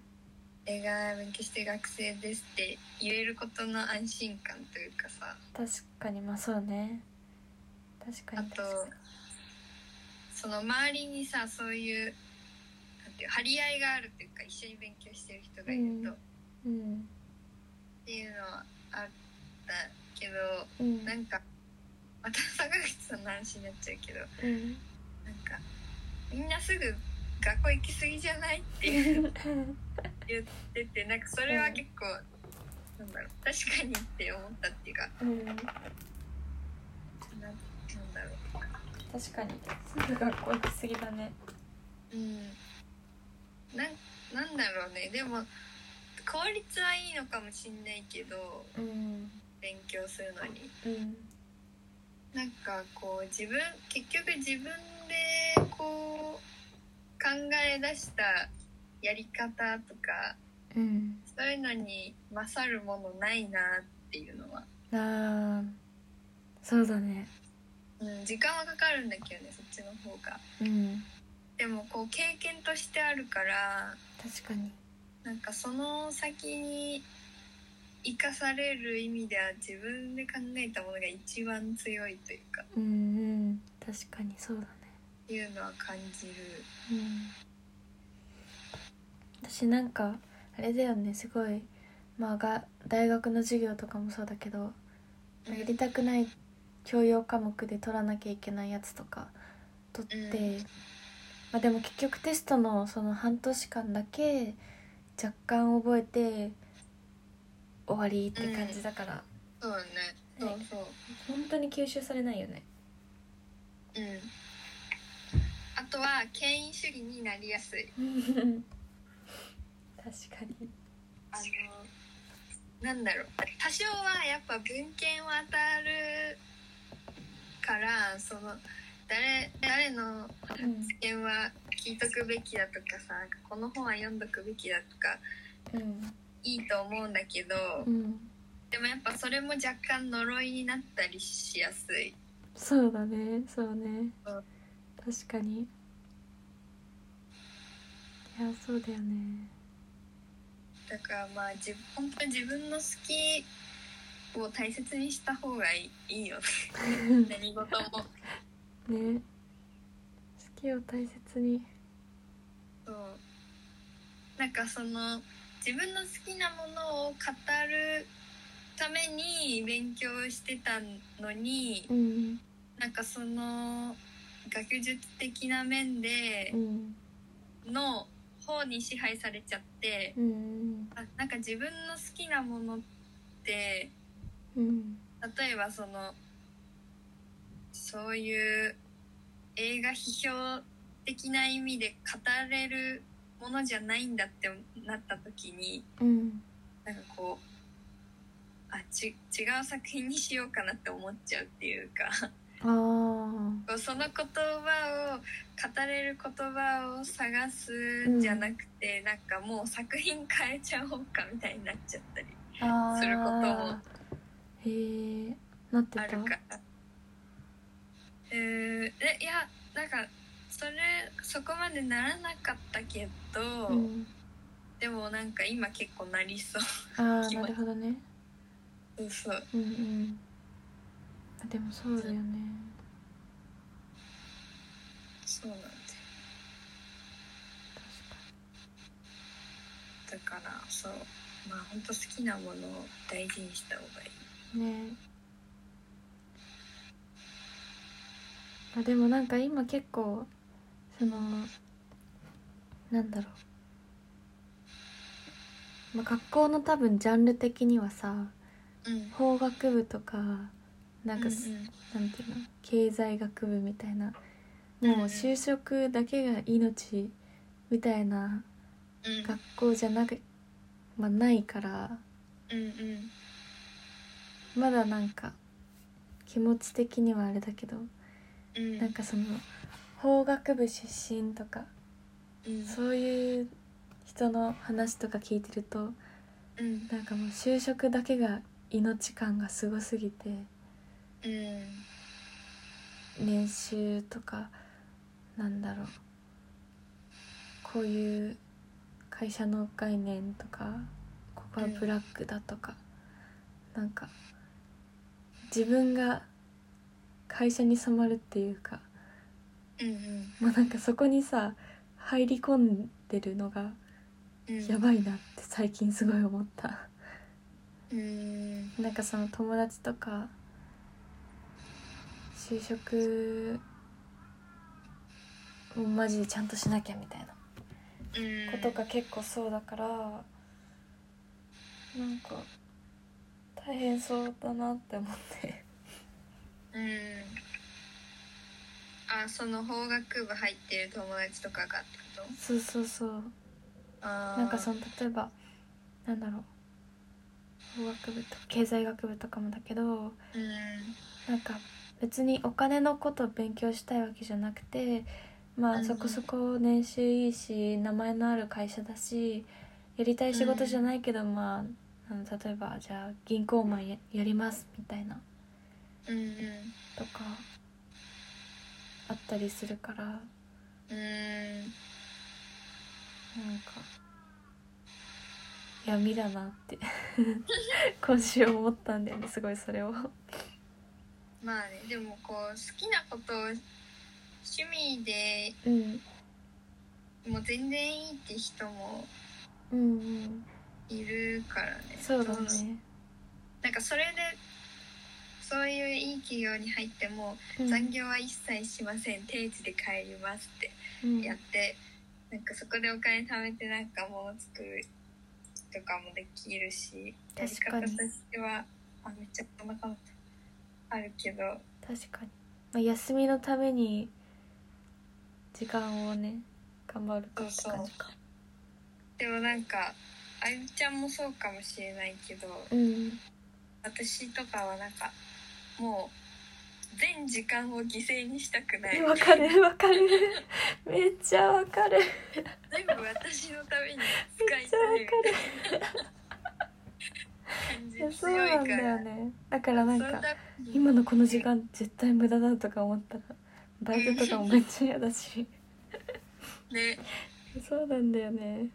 映画勉強して学生ですって言えることの安心感というかさ
確かにまあそうね確かに
あと
確か
その周りにさそういうなんていう張り合いがあるというか一緒に勉強してる人がいると、
う
っ
んにうん
ていうのはあったけど
うん
なんかまた坂口さんの話になっちゃうけどなん
うん
かみんなすぐ学校行き過ぎじゃないっていう言っててなんかそれは結構、なんだろう確かにって思ったっていうか
うん
ななんだろ
確かにすぐ学校行き過ぎだね
ううんなんなんだろうねでも効率はいいのかもしんないけど
うん
勉強するのに
うん
なんかこう自分結局自分でこう考え出したやり方とか
うん
そういうのに勝るものないなっていうのは、
あーそうだね
うん、時間はかかるんだけどねそっちの方が
うん
でもこう経験としてあるから
確かに
なんかその先に生かされる意味では自分で考えたものが一番強いというかっ
うんうん確かにそうだね
ていうのは感じる
うん私なんかあれだよねすごいまあが大学の授業とかもそうだけど
うん
やりたくない教養科目で取らなきゃいけないやつとか取って、
う
まあ、でも結局テストのその半年間だけ若干覚えて終わりって感じだから、
そうねそうそう
本当に吸収されないよね
うんあとは権威主義になりやすい
確かに
あのなんだろう多少はやっぱ文献を当たるからその誰誰の
うん
意見は聞いとくべきだとかさなんかこの本は読んどくべきだとか
うん
いいと思うんだけど
うん
でもやっぱそれも若干呪いになったりしやすい
そうだねそうね
うん
確かにいやそうだよね
だからまあ自本当に自分の好きを大切にした方がいいいいよ何事も
ね好きを大切に
そうなんかその自分の好きなものを語るために勉強してたのに
うん
なんかその学術的な面で
うん
の方に支配されちゃって
うん
あなんか自分の好きなものって
うん
例えばそのそういう映画批評的な意味で語れるものじゃないんだってなった時に
うん
なんかこうあち違う作品にしようかなって思っちゃうっていうか
ああ
こうその言葉を語れる言葉を探すんじゃなくて、なんかもう作品変えちゃおうかみたいになっちゃったり
あー
することも
へえなってた
あるから。うーんえいやなんかそれそこまでならなかったけど、
うん、
でもなんか今結構なりそう
ああ
気持ち
なるほどね
そうそう
うんうんあでもそうだよね
そうなんだよ
確か
だからそうまあ本当好きなものを大事にした方がいい
にねあでもなんか今結構そのなんだろう、まあ、学校の多分ジャンル的にはさ
うん
法学部とかなんかす、
うんうん
なんていうの経済学部みたいな
うん
もう就職だけが命みたいな
うん
学校じゃなく、まあ、ないから
うんうん
まだなんか気持ち的にはあれだけど
うん
なんかその法学部出身とか
うん
そういう人の話とか聞いてると
うん
なんかもう就職だけが命感がすごすぎて
うん
年収とかなんだろうこういう会社の概念とかここはブラックだとか、なんか自分が会社に染まるっていうか
うん
もうなんかそこにさ入り込んでるのが
うん
やばいなって最近すごい思った。
うん
なんかその友達とか就職をマジでちゃんとしなきゃみたいな
うん
ことが結構そうだからなんか大変そうだなって思って
うんあその法学部入ってる友達とかがってこと
そうそうそう
あー
なんかその例えばなんだろう法学部とか経済学部とかもだけど
うん
なんか別にお金のことを勉強したいわけじゃなくてま
う
あ
ん
そこそこ年収いいし名前のある会社だしやりたい仕事じゃないけど、まああの例えばじゃあ銀行マンややりますみたいな
うん
とかあったりするからなん
うんうん
か闇だなって 今週思ったんだよねすごいそれを。
まあねでもこう好きなことを趣味で
うん
もう全然いいって人も
うんうん、
いるからね
そうだ
どの
ね、
なんかそれでそういういい企業に入っても
うん
残業は一切しません定時で帰りますって
うん
やってなんかそこでお金貯めてなんか物作るとかもできるしやり
確か
方
に
としてはあめっちゃお腹もあるけど
確かにまあ、休みのために時間をね頑張るかって
そうそう
感じか
でもなんかあゆみちゃんもそうかもしれないけど
うん
私とかはなんかもう全時間を犠牲にしたくない
わかるわかる めっちゃわかる
全部私のために使
め
い
っち
た
ゃわ
いみたいな
か
感
る
じ
そう
強い
なん
か
だよ
ら
ねだからなんか
そんな
今のこの時間絶対無駄だとか思ったらバイトとかもめっちゃ嫌だし
ね
そうなんだよね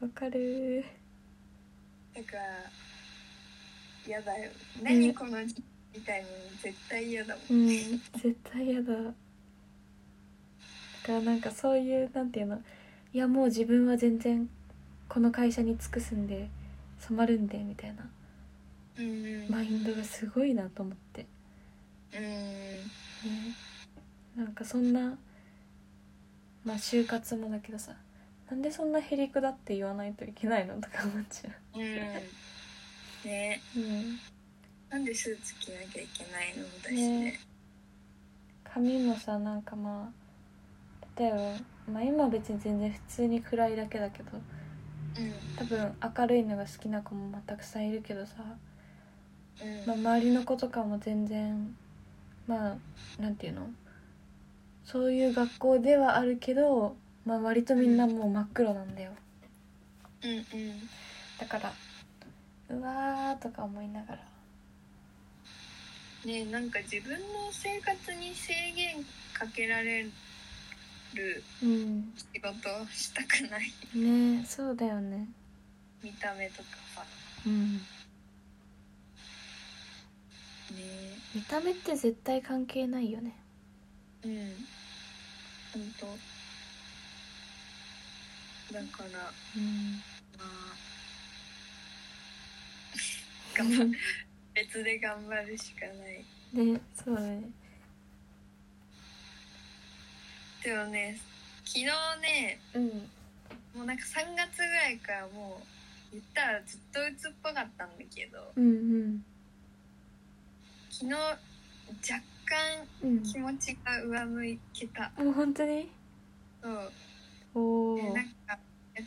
わかる
だから嫌だよ何この時期みたいなの絶対嫌だもん
うん絶対嫌だだからなんかそういうなんていうのいやもう自分は全然この会社に尽くすんで染まるんでみたいな
うんうん
マインドがすごいなと思って
うん
ねなんかそんなまあ就活もだけどさなんでそんなへりくだって言わないといけないのとか思っちゃ
うんね
う、うん、
なんでスーツ着なきゃいけないのだしね
髪もさなんかまあ例えば、まあ、今は別に全然普通に暗いだけだけど
うん
多分明るいのが好きな子もまあたくさんいるけどさ、
うん
まあ、周りの子とかも全然まあなんていうのそういう学校ではあるけど、まあ、割とみんなもう真っ黒なんだよ
うんうん
だからうわーとか思いながら
ねなんか自分の生活に制限かけられる
うん
仕事をしたくない
ねそうだよね
見た目とかさ
うん
ね
見た目って絶対関係ないよね
うん本当だから
うん
まあ頑張る別で頑張るしかない
ねそうだね
でもね昨日ね
うん
もうなんか3月ぐらいからもう言ったらずっと鬱っぽかったんだけど
うん
昨日若干
うんうん
気持ちが上向いてた
もう本当に
そう
おお
でなんか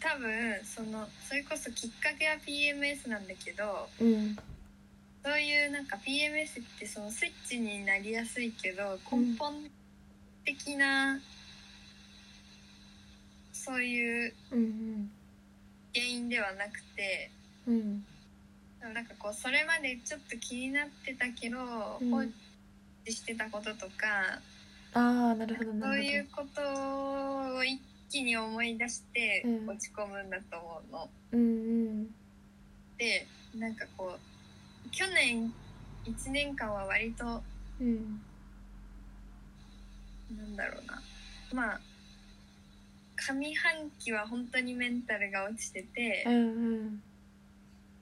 多分そのそれこそきっかけは PMS なんだけど
うん
そういうなんか PMS ってそのスイッチになりやすいけど根本的な、そういう
うん
原因ではなくて
うんうん
なんかこうそれまでちょっと気になってたけど、
うん
放置してたこととか
ああなるほどな
そう
る
いう
ほ
ことを一気に思い出して
うん
落ち込むんだと思うの。
どうん
でなんかこう去年1年間は割と
うんうん
なんだろうなまあ上半期は本当にメンタルが落ちてて
うんうん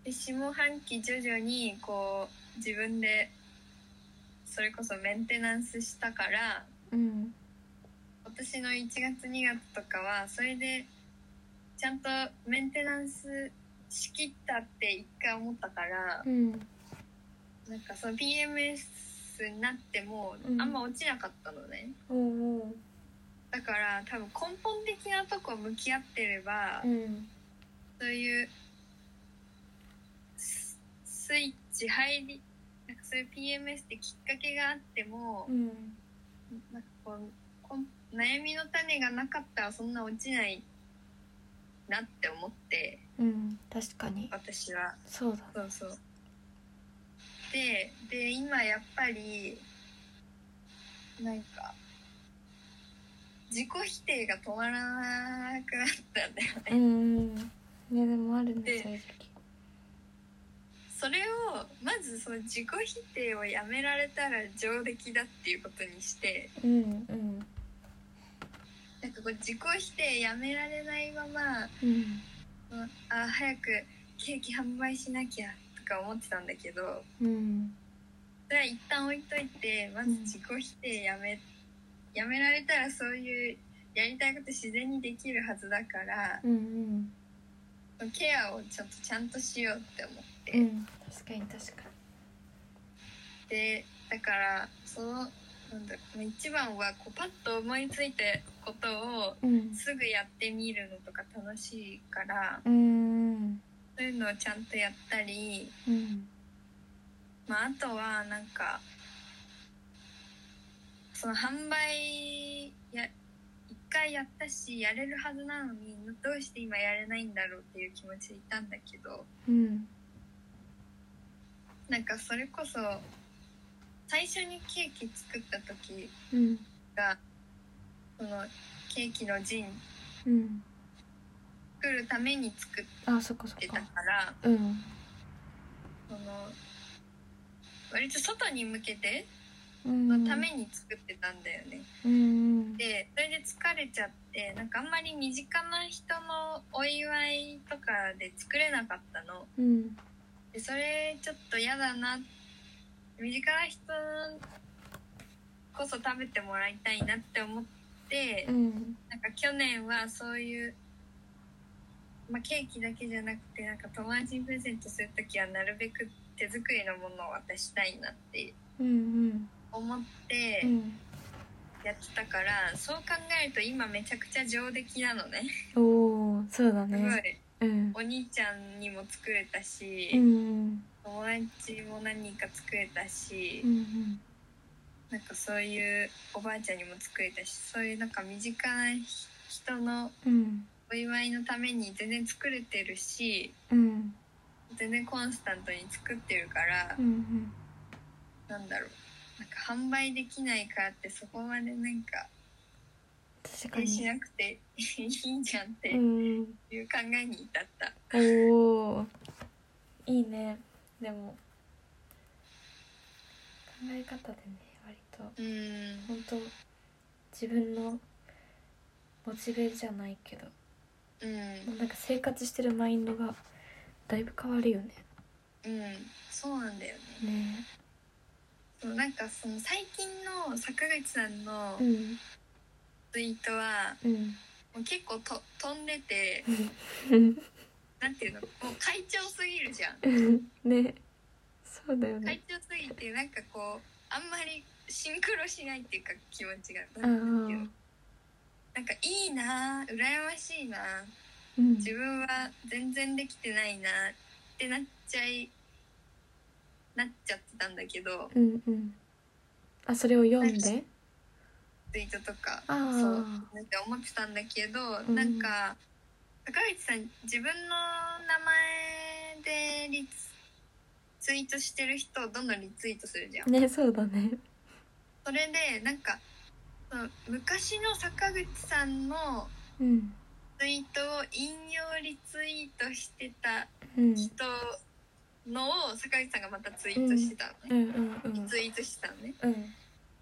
で下半期徐々にこう自分でそれこそメンテナンスしたから
うん
今年の1月2月とかはそれでちゃんとメンテナンスしきったって一回思ったから
う。ん
なんかその PMS になっても
うん
あんま落ちなかったのね、
おお
だから多分根本的なとこ向き合ってれば、
うん
そういうススイッチ入りなんかそういう PMS ってきっかけがあっても
う、ん
なんかこうこん悩みの種がなかったらそんな落ちないなって思って
うん確かに
私は
そうだ
そうそうでで今やっぱりなんか自己否定が止まらなくなったんだよ
うんうんねでもあるね
で
そういう
それをまずその自己否定をやめられたら上出来だっていうことにして
時うんうん
なんかこう自己否定やめられないまま
うん
うんあ早くケーキ販売しなきゃとか思ってたんだけど
うん
それは一旦置いといてまず自己否定やめ、やめられたらそういうやりたいこと自然にできるはずだから
うんうん
ケアをちょっとちゃんとしようって思って、
うん確かに確か
でだからそのなんだろうまあ一番はこうパッと思いついたことを
うん
すぐやってみるのとか楽しいから
うん
そういうのをちゃんとやったり、
うん
まあ、あとはなんかその販売や一回やったしやれるはずなのにどうして今やれないんだろうっていう気持ちでいたんだけど
うん
なんかそれこそ最初にケーキ作った時
うん
がそのケーキのジン
うん
作るために作っ
あそっかそって
た
か
から
うん
その割と外に向けて
うん
のために作ってたんだよね。
うん
でそれで疲れちゃってなんかあんまり身近な人のお祝いとかで作れなかったの
うん
でそれちょっと嫌だな身近な人こそ食べてもらいたいなって思って
うん
なんか去年はそういう、まあ、ケーキだけじゃなくてなんか友達にプレゼントする時はなるべく手作りのものを渡したいなって
うんうん
思って
うん
やってたから、そう考えると今めちゃくちゃ上出来なのね。
おおそうだ
すごい
ねうん
お兄ちゃんにも作れたし、
うん
友達も何人か作れたし、
うん
なんかそういうおばあちゃんにも作れたしそういうなんか身近な人の
うん
お祝いのために全然作れてるし
うん
全然コンスタントに作ってるから、
うん
なんだろうなんか販売できないからってそこまでなんか
確
気
か
にし
に
なくていいんじゃんって
うん
いう考えに至った。
おおいいねでも考え方でね割と
うん
本当自分のモチベじゃないけど
うん
もうなんか生活してるマインドがだいぶ変わるよね
うんそうなんだよね。
ね
そうなんかその最近の坂口さんの
うん
ツイートは
うん
もう結構と飛んでてなんていうのもう会長すぎるじゃん
ねそうだよ
会
ね
長すぎてなんかこうあんまりシンクロしないっていうか気持ちが
ああ
なんていうのなんかいいなあ羨ましいなあ
うん
自分は全然できてないなあってなっちゃいなっちゃってたんだけど
うんうんあそれを読んで
ツイートとか
ああ
そうなんか思ってたんだけど、
うん
なんか高市さん自分の名前でリツツイートしてる人をどんどんリツイートするじゃん。
ねそうだね
それでなんかその昔の坂口さんの
うん
ツイートを引用リツイートしてた
うん
人のを坂口さんがまたツイートしてたの
う
ね。
んうんう
リ
ん
ツイートしてたのね。
うん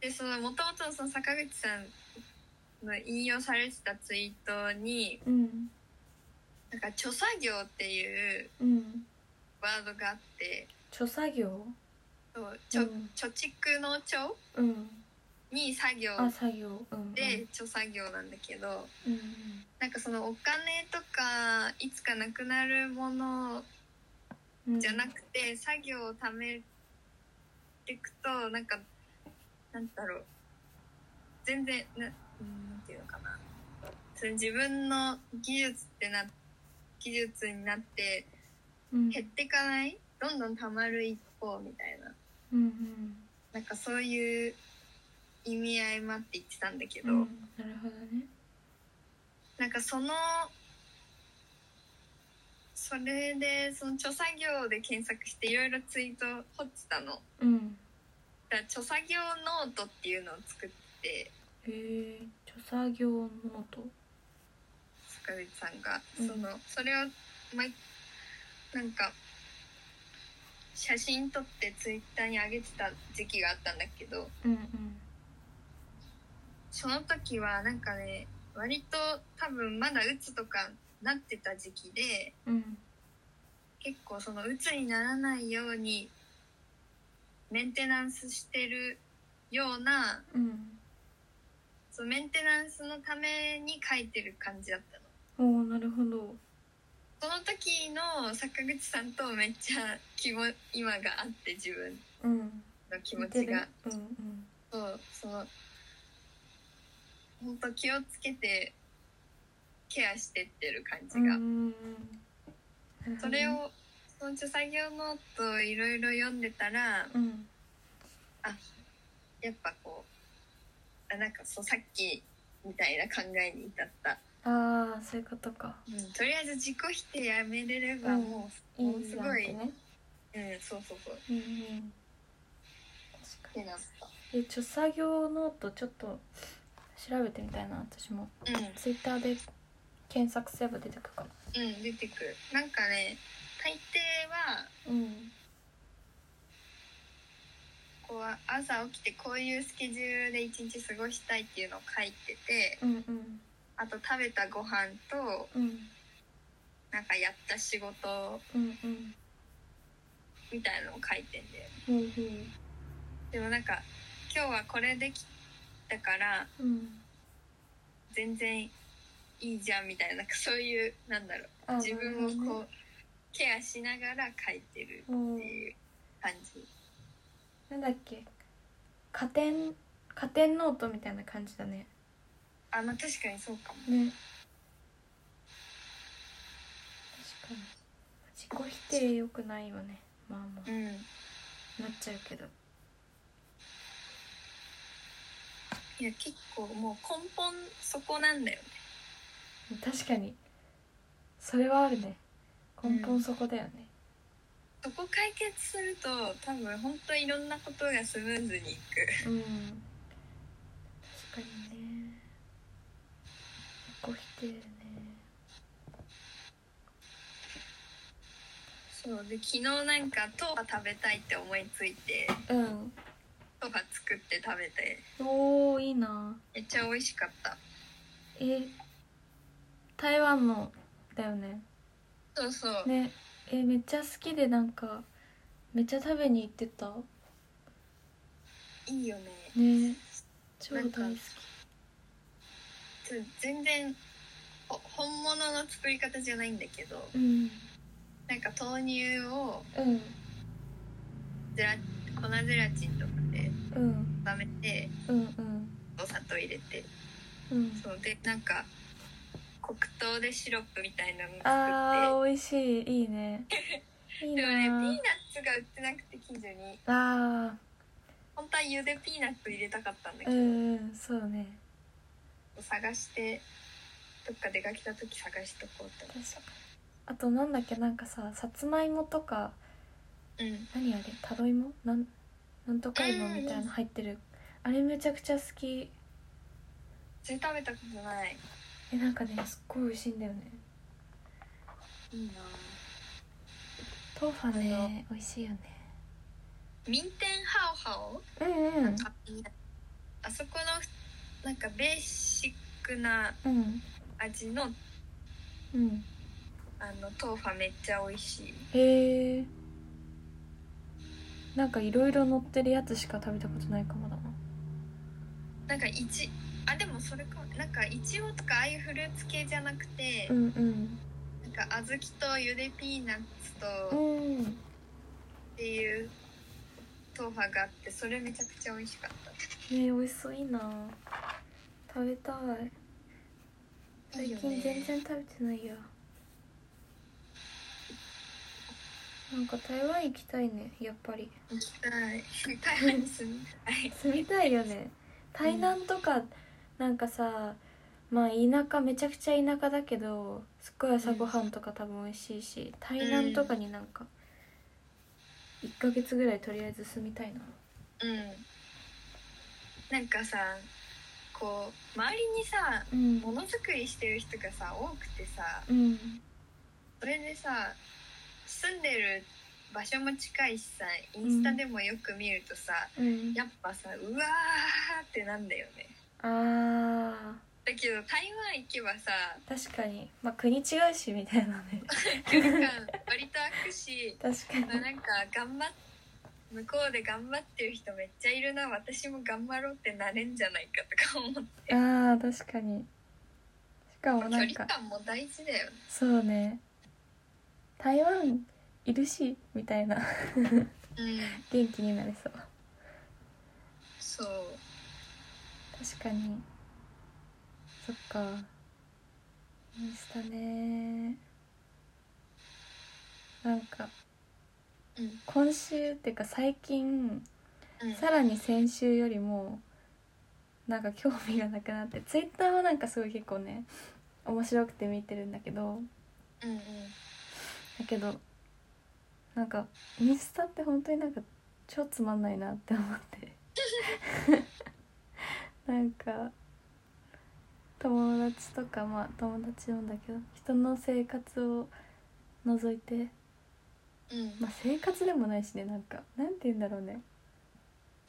でその元々のその坂口さんの引用されてたツイートに
うん
なんか著作業っていう
うん
ワードがあって
著作業
そうちょ
うん
貯蓄の貯
うん
に作業
あ作業うんうん
で著作業なんだけど
うん
なんかそのお金とかいつかなくなるもの
うん
じゃなくて作業を貯めていくとなんかなんだろう全然なうんなんていうのかなその自分の技術ってな技術になって
うん
減っていかないどんどん貯まる一方みたいな。
うん
なんかそういう意味合いもあって言ってたんだけ
う
ど、
んうんなるほどね
なんかそのそれでその著作業で検索していろいろツイート掘ってたの
うん
だから著作業ノートっていうのを作って
へえ著作業ノート
坂口さんが
うん
その、それを、ま、なんか写真撮ってツイッターに上げてた時期があったんだけど
うんうん
その時はなんかね割と多分まだ鬱とかなってた時期で
うん
結構その鬱にならないようにメンテナンスしてるような
うん
そのメンテナンスのために書いてる感じだったの
おおなるほど
その時の坂口さんとめっちゃ気も今があって自分
うん
の気持
似て
ち
る
が
うん
そうその本当気をつけてケアしてってる感じが、
ん
それをその著作業ノートをいろいろ読んでたら
うん
やっぱこうあなんかそうさっきみたいな考えに至った、
ああそういうことか
とりあえず自己否定やめれれば
うん
もう、
い
もう
い
す
じゃん
ご
っ
い
てね
うんそうそうそうっ
うんうん確か
て
に
なった
で著作業ノートちょっと調べてみたいな私も
う
ツイッターで検索すれば出てくるかなん
うん出てくるなんかね大抵は
うん
こう朝起きてこういうスケジュールで一日過ごしたいっていうのを書いてて
うんうん
あと食べたご飯と
うん
なんかやった仕事
うんうん
みたいのを書いてんだよ
うん
でもなんか今日はこれできたから
うん
全然いいじゃんみたいななんかそういうなんだろ
あ
う自分を
なるほ
こ
ど
うケアしながら書いてる
うん
っていう感じ
なんだっけ加点加点ノートみたいな感じだね
あまあ確かにそうかも
ね確かに自己否定よくないよねまあまあ
うん
なっちゃうけど
いや結構もう根本そこなんだよね
確かにそれはあるね根本そこだよね、
そこ解決すると多分本当いろんなことがスムーズにいく
うん確かにね自己否定ね
そうで昨日なんか豆腐食べたいって思いついて
うん
豆腐作って食べて
おーいいな
めっちゃ美味しかった
え台湾のだよね
そうそう、
ねえめっちゃ好きでなんかめっちゃ食べに行ってた
いいよね
ね超
な
大
ん
好
かちょ全然ほ本物の作り方じゃないんだけど
きうん
なんか豆乳を
うん
ゼラ粉ゼラチンとかで
うん
固めて
うんうん
お砂糖入れて
うん
そうでなんか黒糖でシロップみたいなの
あ
作
ー美味しいいい ねい
っ
い
てでもねピーナッ
な
ツが売ってなくて近所に
あ
本当は茹でピーナッツ入れたかったんだ
ー
け
う
ど、
んうんそうね
探してどっか出かけた時探しとこうと思
確かにあとなんだっけなんかささつまいもとか
ううん
何あれタロイモなんなんとか芋みたいなの入ってるあれめちゃくちゃ好き
それ食べたことない
えなんかねすっごい美味しいんだよね
いいな
豆腐は
あ
ね美味しいよね
ミンテンハオハオ
うんうん
あそこのなんかベーシックな
うん
味の
うん
あの豆腐めっちゃ美味しい
へえなんかいろいろ乗ってるやつしか食べたことないかもだな
なんかいちあでもそれかなんかいちごとかああいうフルーツ系じゃなくて、
うん
なんか小豆とゆでピーナッツ
う
とっ
んうん
ていう豆腐があってそれめちゃくちゃ美味しかった
ね美味しそういいな食べたい最近全然食べてないやなんか台湾行きたいねやっぱり
行きたい 台湾に住みたい
住みたいよね台南とか、なんかさまあ田舎めちゃくちゃ田舎だけどすっごい朝ごはんとか多分美味しいし台南とかになんか1ヶ月ぐらいとりあえず住みたいな
うんなんかさこう周りにさ
うん
ものづくりしてる人がさ多くてさ
うん
それでさ住んでる場所も近いしさインスタでもよく見るとさ、
うん
やっぱさうわーってなんだよね
あ
だけど台湾行けばさ
ー確かにまあ国違うしみたいな ね
距離感割と空くし
確かに
まあなんか頑張っ向こうで頑張ってる人めっちゃいるな私も頑張ろうってなれんじゃないかとか思って
あー確かにしかもなん
距
か
離感も大事だよね
そうね台湾いるしみたいな
うん
元気になれそう
そそう
確かにそっかインスタねなんか
うん
今週っていうか最近
うん
さらに先週よりもなんか興味がなくなってツイッターはなんかすごい結構ね面白くて見てるんだけど
うんうん
だけどなんかインスタって本当になんか超つまんないなって思って なんか友達とかまあ友達もだけど人の生活を覗いて
うん
まあ生活でもないしねなんかなんて言うんだろうね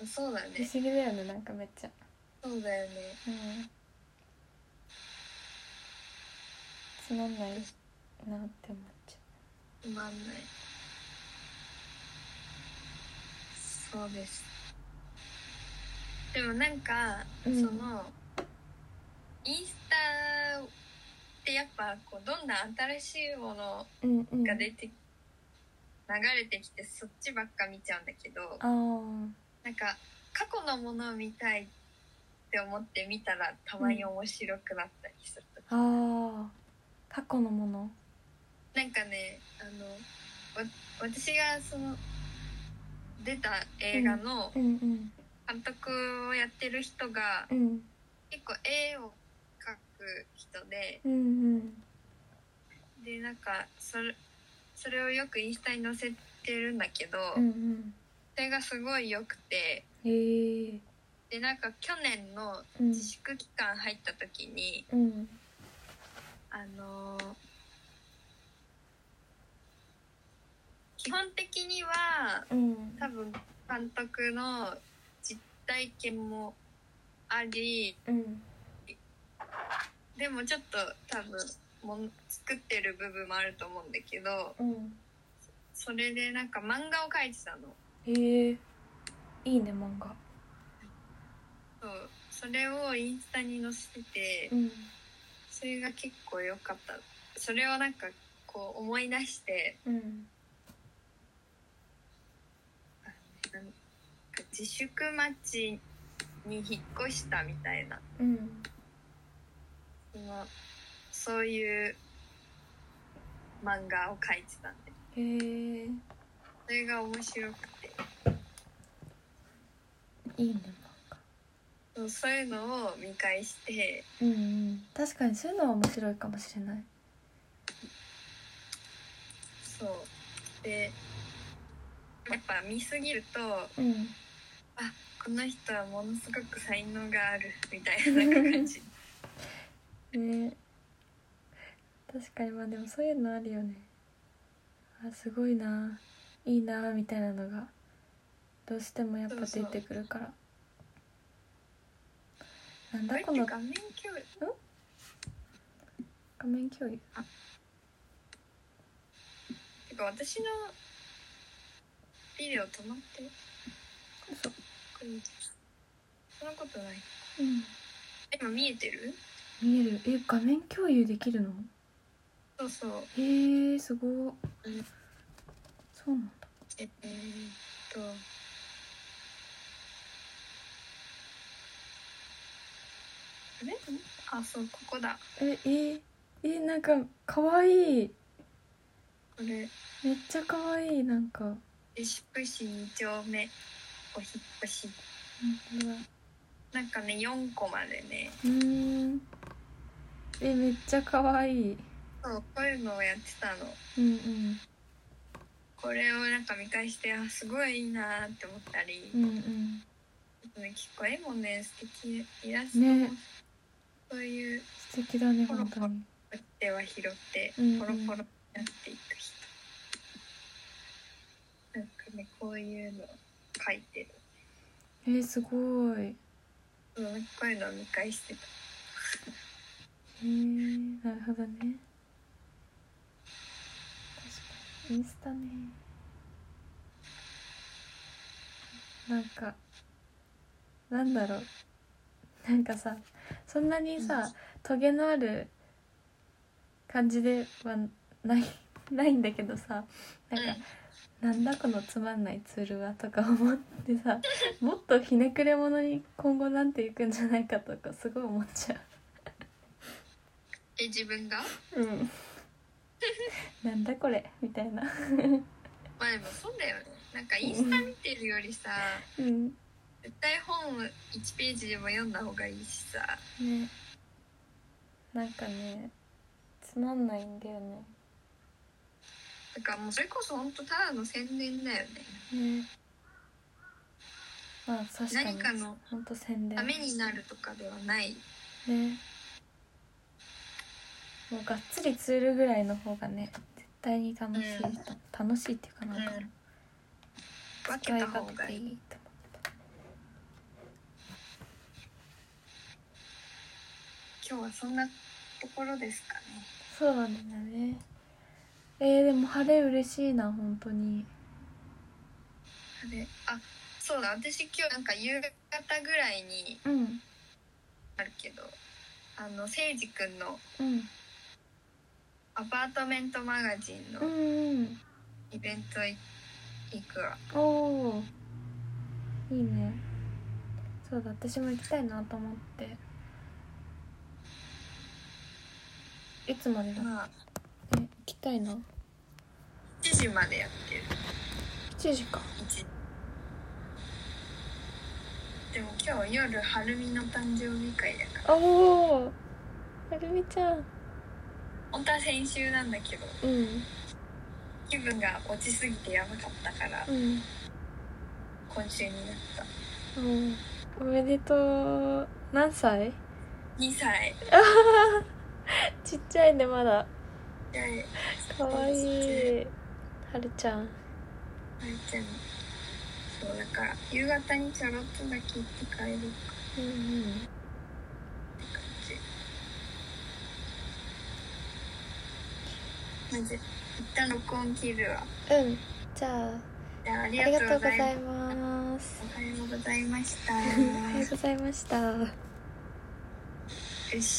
そうだ
不
ね
思議だよねなんかめっちゃ。
そうだよね
うんつまんないなって思っちゃ
つまんないそうですでもなんか、
うん
そのインスタってやっぱこうどんな新しいもの
う。うんうん。
が出て、流れてきてそっちばっか見ちゃうんだけど
ああ。
なんか過去のものを見たいって思って見たらたまに面白くなったりするとか、
ああ過去のもの
なんかねあのわ私がその出た映画の
うんうん
監督をやってる人が
うん
結構絵を描く人で
うんうん
でなんかそれそれをよくインスタに載せてるんだけど、
うんうん
それがすごい良くて
ええ
でなんか去年の
うん
自粛期間入った時に、
うん
あのー基本的には
うん
多分監督の実体験もあり
うん
でもちょっと多分もん作ってる部分もあると思うんだけど
うん
それでなんか漫画を描いてたの
ええいいね漫画
そうそれをインスタに載せてて
うん
それが結構良かったそれをなんかこう思い出して
うん
なんか自粛町に引っ越したみたいな
うん
そのそういう漫画を描いてたんで
ええ
それが面白くて
いいね
そうそういうのを見返して
漫画うんうん確かにそういうのは面白いかもしれない
そうでやっぱ見すぎると
うん
この人はものすごく才能があるみたいな感じ
ね確かにまあでもそういうのあるよねあすごいないいなみたいなのがどうしてもやっぱ
そうそ
出
う
てくるからなん
こ
だ
れって
この
画面共有
画面共有
てか私のビデオ止まって
そう
これそんなことない
うん
今見えてる
見えるえ画面共有できるの
そうそう
へえすごい
うん
そうなんだ
えーっと。あれんあ、そう、ここだ。
えええなんかかわいい
これ、
めっちゃかわいいなんか
自粛市2丁目、お引っ越し。
本当だ
なんかね、4個までね、
うーんえめっちゃ可愛い
そう、こういうのをやってたの。
うん
これをなんか見返して、あ、すごいいいなーって思ったり
う、んうん
ね結構絵もね、素敵、イラスト
うん
も、
ね
そういう、
素敵だね本当に
手は拾って
うんうん
ポロポロになっていく人、なんかねこういうの書いてる
えー、すごいへ
うんこういうのを見返してた
えー、なるほどね確かにインスタねなんかなんだろうなんかさそんなにさトゲのある感じではないないんだけどさなんかなんだこのつまんないツールはとか思ってさもっとひねくれ者に今後なんていくんじゃないかとかすごい思っちゃ
え自分が
ううんなんだこれみたいな
まあでもそうだよねなんかインスタ見てるよりさ
うん
絶対本を1ページでも読んだ方がいいしさ
ねなんかねつまんないんだよね
だからもうそれこそ本当ただの宣伝だよね
ねまあ確かに
何かの
ほんと宣伝
ためになるとかではない
ねもうがっつりツールぐらいの方がね絶対に楽しい、
うん
楽しいっていうかなんか
うん分け
使い
た
勝
方が
手
い
い
い
いと思
今日はそんなところですかね
うそうなんだねえー、でも晴れ嬉しいな本当に
あれあそうだ私今日なんか夕方ぐらいに
うん
あるけどあの誠司くんの
うん
アパートメントマガジンの
うんうん
イベントい行くわ
おおいいねそうだ私も行きたいなと思っていつまでだっ
まあ
け行きたいな
7時までやってる
7時か
一でも今日夜はるみの誕生日会だから
おおはるみちゃん
本当は先週なんだけど
うん
気分が落ちすぎてやばかったから
うん
今週になった
うんおめでとう何歳
2歳
ちっちゃいねまだ
で
かわい
はい
はるちゃん
ちゃんそうだから夕方にちょろっとだけ行って帰るって
うんうん
感じまず一旦録音切るわ
うんじゃ
じゃああり
ああり
が
が
と
と
う
う
ご
ご
ざ
ざ
います
います
おはようございまし
おはよう
た
ございました
よし